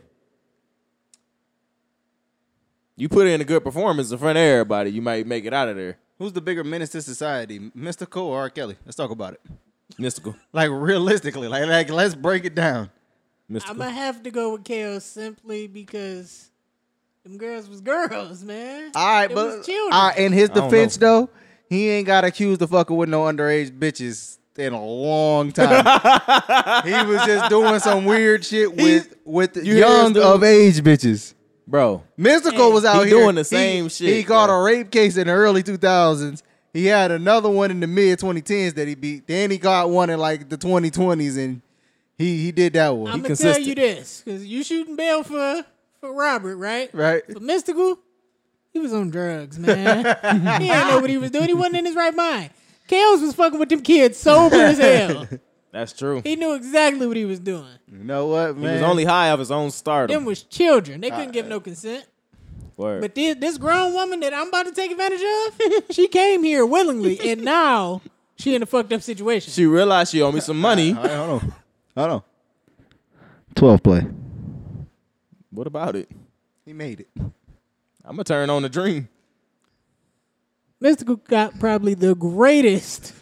S1: You put in a good performance in front of everybody, you might make it out of there.
S3: Who's the bigger menace to society, mystical or R. Kelly? Let's talk about it.
S1: Mystical.
S3: Like realistically, like like let's break it down.
S1: Mystical.
S2: I'ma have to go with KO simply because them girls was girls, man.
S3: All right,
S2: They
S3: but
S2: was children.
S3: all right, in his
S1: I don't
S3: defense though, he ain't got accused of fucking with no underage bitches in a long time. he was just doing some weird shit with with
S1: you hear us,
S3: young
S1: dude?
S3: of age bitches.
S1: Bro,
S3: Mystical
S2: Hey,
S3: was out
S1: he
S3: here
S1: doing the same
S3: he,
S1: shit,
S3: He caught
S1: bro.
S3: a rape case in the early 2000s. He had another one in the mid 2010s that he beat. Then he got one in like the 2020s, and he he did that one.
S2: I'm gonna
S1: consistent.
S2: tell you this, cause you shooting bail for for Robert, right?
S3: right?
S2: But Mystical, he was on drugs, man. he didn't know what he was doing. He wasn't in his right mind. Kales was fucking with them kids sober as hell.
S1: that's true. He,
S2: He knew exactly what he was doing.
S3: You know what, man?
S1: was only high of his own
S2: Them
S1: stardom.
S2: was children. They couldn't
S3: Uh,
S2: give no consent.
S1: Word.
S2: But this, this grown woman that I'm about to take advantage of, she came here willingly, and now she in a fucked up situation.
S1: she realized she owed me some money.
S3: All right, hold on, hold on. Twelve play.
S1: what about it?
S3: He made it.
S1: I'm gonna turn on the dream.
S2: Mystical got probably the greatest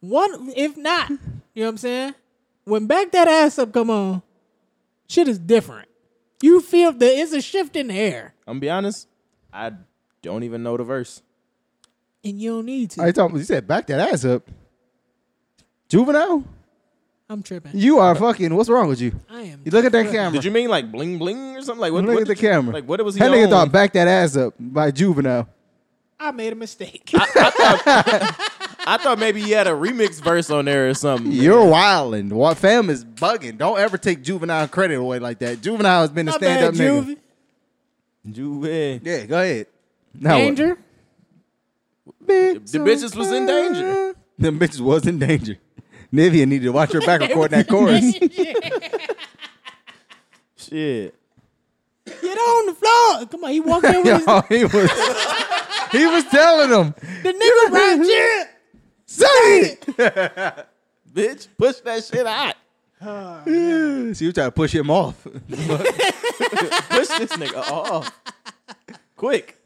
S2: one, if not, you know what I'm saying? When back that ass up, come on, shit is different. You feel there is a shift in the air,
S1: I'm gonna be honest. I don't even know the verse.
S2: and you don't need to.
S3: I talking. You said back that ass up. Juvenile,
S2: I'm tripping.
S3: you are fucking. What's wrong with you?
S2: I am.
S3: You look at that
S2: tripping.
S3: camera.
S1: Did you mean like bling bling or something? Like what?
S3: look
S1: what
S3: at the
S1: did you-
S3: camera.
S1: Like what was he
S3: that nigga
S1: on?
S3: thought back that ass up by juvenile.
S2: I made a mistake.
S1: I thought maybe he had a remix verse on there or something.
S3: You're wildin'. What fam is bugging. Don't ever take juvenile credit away like that. Juvenile has been a
S2: My
S3: stand up
S2: bad,
S3: nigga.
S1: You,
S2: Juvie.
S1: eh,
S3: Yeah, go ahead. Now what?
S2: Danger.
S1: The bitches was in danger.
S3: Them bitches was in danger. Nivea needed to watch her back recording that chorus.
S1: Shit.
S2: Get on the floor. Come on, he walked in with his,
S3: Yo, he was he was telling them,
S2: the nigga right here.
S3: say it.
S1: Bitch, push that shit out.
S3: She was trying to push him off.
S1: Push this nigga off. Quick.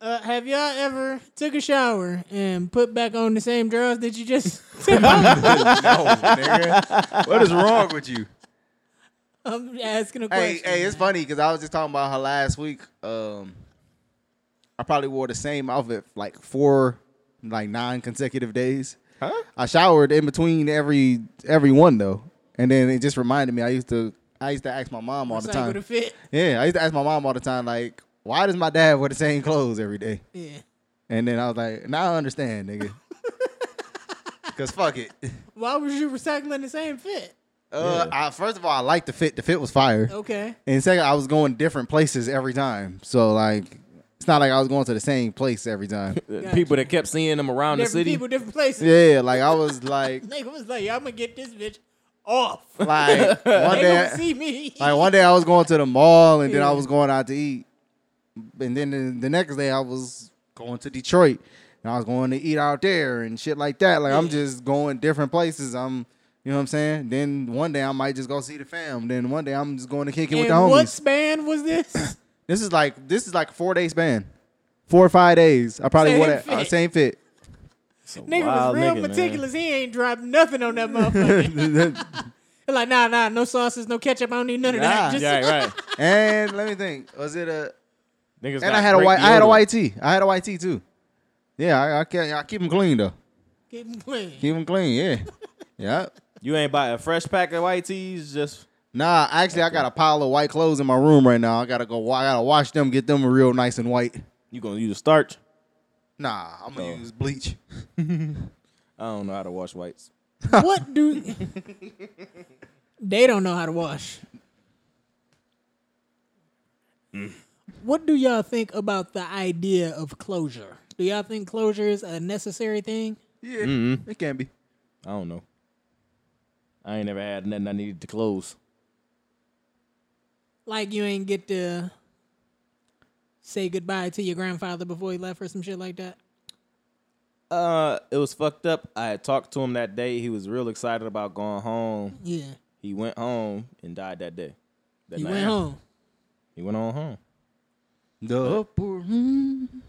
S2: Uh, have y'all ever took a shower and put back on the same drawers that you just took off?
S3: What is wrong with you?
S2: I'm asking a
S3: Hey,
S2: question.
S3: hey, it's funny because I was just talking about her last week. Um, I probably wore the same outfit like four, like nine consecutive days.
S1: Huh?
S3: I showered in between every every one though, and then it just reminded me. I used to I used to ask my mom all the
S2: Cycle to
S3: time.
S2: fit.
S3: Yeah, I used to ask my mom all the time like, why does my dad wear the same clothes every day?
S2: Yeah.
S3: And then I was like, now I understand, nigga. Cause fuck it.
S2: Why was you recycling the same fit?
S3: Uh, I, first of all, I liked the fit. The fit was fire.
S2: Okay.
S3: And second, I was going different places every time. So like, it's not like I was going to the same place every time.
S1: The
S2: Gotcha.
S1: People that kept seeing him around the
S2: Different
S1: city.
S2: people, different places.
S3: yeah, like I was like,
S2: Nigga was like, I'm gonna get this bitch off.
S3: like one
S2: They gonna
S3: day,
S2: see me.
S3: like one day I was going to the mall, and then I
S2: Yeah.
S3: was going out to eat, and then the, the next day I was going to Detroit, and I was going to eat out there and shit like that. Like I'm
S2: Yeah.
S3: just going different places. I'm. You know what I'm saying? Then one day I might just go see the fam. Then one day I'm just going to kick it with the
S2: and
S3: homies.
S2: what span was this?
S3: This is like this is like a four day span, four or five days. I probably
S2: Same
S3: would have
S2: fit.
S3: uh, same fit.
S2: Nigga
S1: wild
S2: was real
S1: nigga, man.
S2: meticulous. He ain't dropped nothing on that motherfucker. like, nah, nah, no sauces, no ketchup. I don't need none of
S3: Nah.
S2: that. Just
S1: Yeah, right.
S3: and let me think. Was it a?
S1: Niggas
S3: And
S1: got
S3: I had a
S1: great
S3: white. I had a
S1: deodorant.
S3: white tee. I had a white tee too. Yeah, I, I can I keep them clean though.
S2: keep 'em clean.
S3: Keep them clean. Yeah, yeah.
S1: You ain't buy a fresh pack of white tees. Just
S3: Nah, actually, I got a pile of white clothes in my room right now. I gotta go. wa- I gotta wash them. Get them real nice and white.
S1: you gonna use starch.
S3: Nah, I'm gonna use bleach.
S1: I don't know how to wash whites.
S2: what do? they don't know how to wash. What do y'all think about the idea of closure? Do y'all think closure is a necessary thing?
S3: Yeah, it can be.
S1: I don't know. I ain't never had nothing I needed to close.
S2: Like you ain't get to say goodbye to your grandfather before he left or some shit like that.
S1: Uh, it was fucked up. I had talked to him that day. He was real excited about going home.
S2: Yeah,
S1: He went home and died that day. That
S2: you
S1: night.
S2: went home.
S1: He went on home.
S3: The upper room.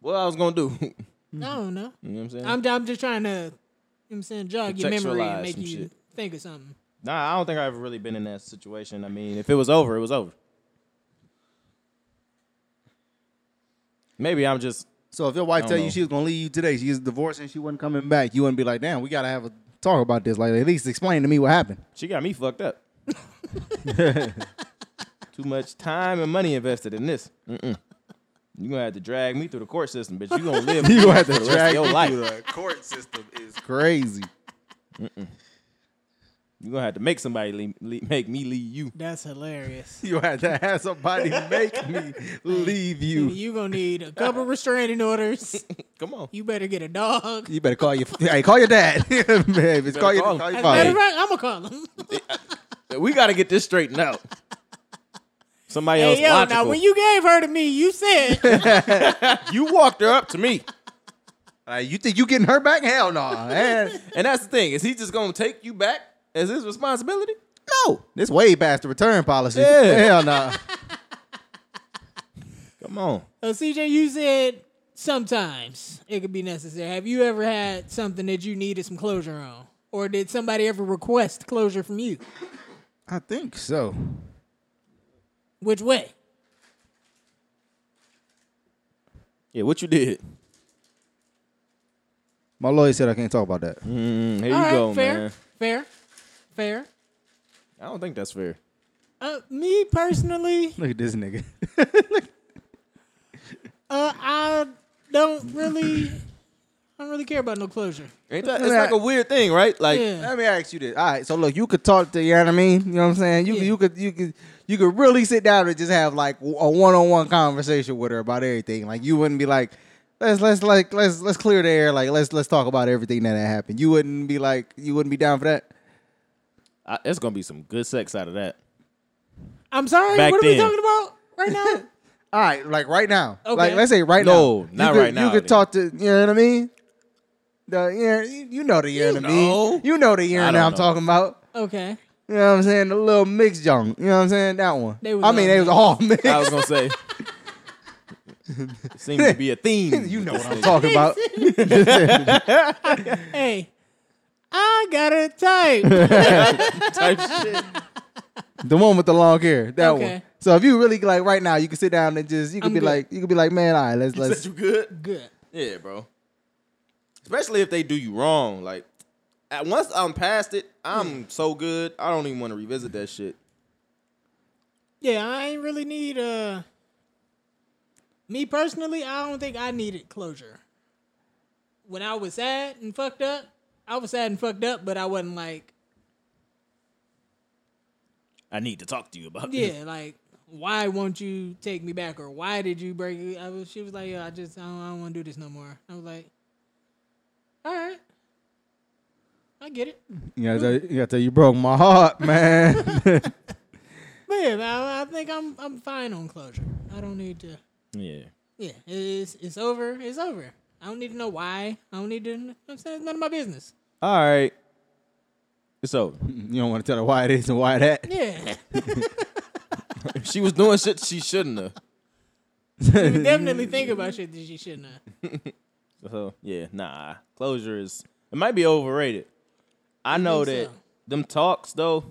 S1: What I was gonna do? you
S2: I don't know.
S1: know what I'm saying?
S2: I'm, I'm just trying to, you know what I'm saying, jog your memory
S1: Contextualize
S2: and make
S1: some
S2: you
S1: shit.
S2: think of something.
S1: nah, I don't think I've ever really been in that situation. I mean, if it was over, it was over. Maybe I'm just
S3: So if your wife
S1: I
S3: tell
S1: don't
S3: you
S1: know.
S3: she was gonna leave you today, she is divorced and she wasn't coming back, you wouldn't be like, damn, we gotta have a talk about this. Like at least explain to me what happened.
S1: She got me fucked up. Too much time and money invested in this. Mm-mm. You gonna have to drag me through the court system, bitch. You gonna live.
S3: You gonna have to
S1: the rest of
S3: drag
S1: your
S3: me
S1: life.
S3: through the court system is crazy.
S1: You gonna have to make somebody leave, leave- make me leave you.
S2: That's hilarious.
S3: You had to have somebody make me leave you.
S2: you gonna need a couple restraining orders.
S1: Come on.
S2: You better get a dog.
S3: You better call your hey, call your dad. Man, it's call, your,
S1: call him.
S3: call your
S2: As a matter
S3: father.
S2: of fact, I'm gonna call him.
S1: We gotta get this straightened out. Somebody else
S2: hey, yo,
S1: logical.
S2: now when
S1: you-,
S2: you gave her to me, you said
S1: walked her up to me,
S3: Like, you think you getting her back? Hell no. And-
S1: and that's the thing. Is he just gonna take you back as his responsibility?
S3: no. This way past the return policy.
S1: Yeah.
S3: Hell no.
S1: Come on.
S2: So CJ, uh, you said sometimes it could be necessary. Have you ever had something that you needed some closure on? Or did somebody ever request closure from you?
S3: I think so.
S2: Which way?
S1: Yeah, what you did?
S3: My lawyer said I can't talk about that.
S1: Mm, here
S2: All
S1: you
S2: right,
S1: go,
S2: fair,
S1: man.
S2: fair, fair.
S1: I don't think that's fair.
S2: Uh, me personally,
S3: Look at this nigga.
S2: uh, I don't really, I don't really care about no closure.
S1: Ain't that? It's like a weird thing, right? Like.
S2: Yeah.
S3: Let me ask you this. All right, so look, you could talk to you know what I mean. You know what I'm saying? You
S2: Yeah.
S3: you could you could you could really sit down and just have like a one on one conversation with her about everything. Like you wouldn't be like, let's let's like let's let's clear the air. Like let's let's talk about everything that had happened. You wouldn't be like you wouldn't be down for that.
S1: I, it's gonna be some good sex out of that.
S2: I'm sorry.
S1: Back
S2: what are we
S1: then.
S2: talking about right now?
S3: All right, like right now.
S2: Okay.
S3: Like let's say right
S1: No,
S3: now. You
S1: not
S3: could-
S1: right now,
S3: You could
S1: nigga.
S3: talk to you know what I mean. The, yeah, you you know the year
S1: know.
S3: You know the year
S1: I
S3: I'm
S1: don't know.
S3: talking about.
S2: okay.
S3: You know what I'm saying? The little mix junk. You know what I'm saying? That one.
S2: They was
S3: I mean,
S2: all
S3: they was all mixed.
S1: I was gonna say. Seems to be a theme.
S3: You
S1: with
S3: know
S1: this
S3: what I'm
S1: nigga.
S3: talking about.
S2: Hey, I got a type.
S1: Type shit.
S3: the one with the long hair. That
S2: Okay.
S3: one. So if you really like right now, you can sit down and just you can
S2: I'm
S3: be
S2: good.
S3: like you can be like, man, all right, let's
S1: Is that
S3: let's
S1: you good?
S2: Good.
S1: Yeah, bro. Especially if they do you wrong. Like, at once I'm past it, I'm so good. I don't even want to revisit that shit.
S2: Yeah, I ain't really need uh. Me personally, I don't think I needed closure. When I was sad and fucked up, I was sad and fucked up, but I wasn't like,
S1: I need to talk to you about
S2: yeah, like, why won't you take me back or why did you break it? I was, she was like, yo, I just, I don't, I don't want to do this no more. I was like, all right, I get it.
S3: you gotta, tell, you gotta tell you broke my heart, man.
S2: But yeah, man, I, I think I'm I'm fine on closure. I don't need to.
S1: Yeah.
S2: Yeah, it's it's over. It's over. I don't need to know why. I don't need to. you know what I'm saying it's none of my business.
S1: All right. It's over.
S3: you don't want to tell her why it is and why that.
S2: Yeah,
S1: If she was doing shit she shouldn't have.
S2: you definitely think about shit that you shouldn't have.
S1: So Uh-huh. yeah, nah. Closure is it might be overrated. I know that
S2: so?
S1: them talks though,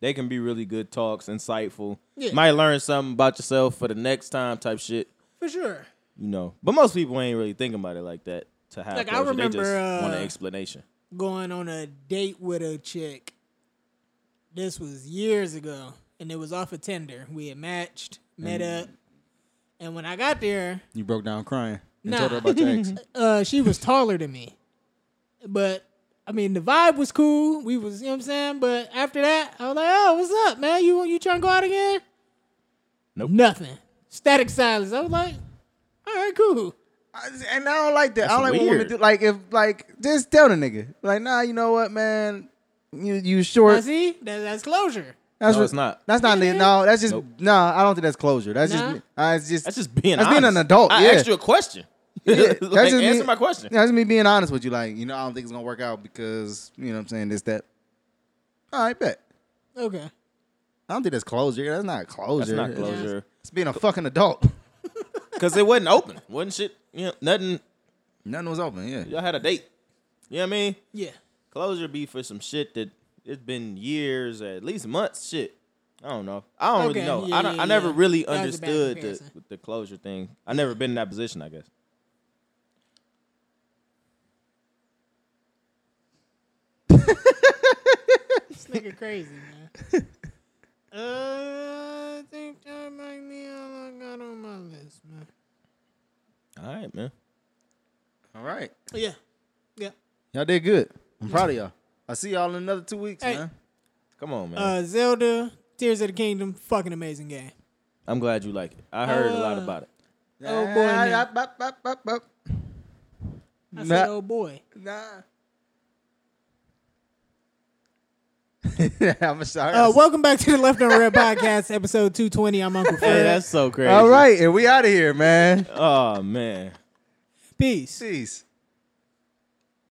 S1: they can be really good talks, insightful.
S2: Yeah.
S1: Might learn something about yourself for the next time type shit.
S2: For sure.
S1: You know. But most people ain't really thinking about it like that to have
S2: Like, I
S1: closure.
S2: remember,
S1: they just want an
S2: uh,
S1: explanation.
S2: Going on a date with a chick. This was years ago, and it was off of Tinder. We had matched, met up, and when I got there,
S3: You broke down crying and
S2: Nah.
S3: told her about your ex.
S2: uh, she was taller than me. But I mean, the vibe was cool. We was, you know what I'm saying. But after that, I was like, "Oh, what's up, man? You you trying to go out again?"
S1: Nope.
S2: Nothing. Static silence. I was like, "All right, cool."
S3: I- and I don't like that. I don't
S1: That's
S3: like when women
S1: weird.
S3: do. Like if like just tell the nigga like nah, you know what, man, you you short.
S2: I see that, that's closure.
S3: That's
S1: No,
S3: what-
S1: it's not.
S3: That's not.
S2: Yeah.
S3: No, that's just
S1: Nope.
S3: no. I don't think that's closure. That's
S2: Nah.
S3: just. Uh, it's just.
S1: That's just being
S3: That's
S1: honest.
S3: being an adult.
S1: I
S3: yeah.
S1: asked you a question. like,
S3: that's just
S1: answer
S3: me-
S1: my question.
S3: Yeah, that's me being honest with you. Like you know, I don't think it's gonna work out because you know what I'm saying this that. All right, bet.
S2: Okay.
S3: I don't think that's closure. That's not closure.
S1: That's not
S3: It's-
S1: closure.
S3: It's being a fucking adult.
S1: Because it wasn't open. Wasn't shit, you know, nothing.
S3: Nothing was open. Yeah.
S1: Y'all had a date. You know what I mean?
S2: Yeah.
S1: Closure be for some shit that it's been years, at least months. Shit, I don't know. I don't really
S2: Okay,
S1: know.
S2: yeah,
S1: I don't,
S2: yeah,
S1: I never
S2: yeah.
S1: really
S2: That was a bad
S1: understood the
S2: comparison.
S1: the closure thing. I never been in that position. I guess.
S2: This nigga crazy, man. Uh, I think that might be all I got on my list, man.
S1: All right, man.
S3: All right.
S2: Yeah. Yeah.
S3: Y'all did good. I'm proud of y'all. I see y'all in another two weeks,
S2: Hey.
S3: man.
S1: Come on, man.
S2: Uh, Zelda Tears of the Kingdom, fucking amazing game.
S1: I'm glad you like it. I heard a lot
S2: uh,
S1: about it.
S2: Oh, boy, now.
S3: Ah, bop, bop, bop, bop.
S2: I
S3: Nah.
S2: said, "Oh boy."
S3: Nah. I'm
S1: Oh,
S3: sorry.
S2: Uh, welcome back to the Left on Red podcast, episode 220. I'm Uncle Fred.
S1: Hey, that's so crazy.
S3: All right, and we out of here, man.
S1: Oh man.
S2: Peace.
S3: Jeez.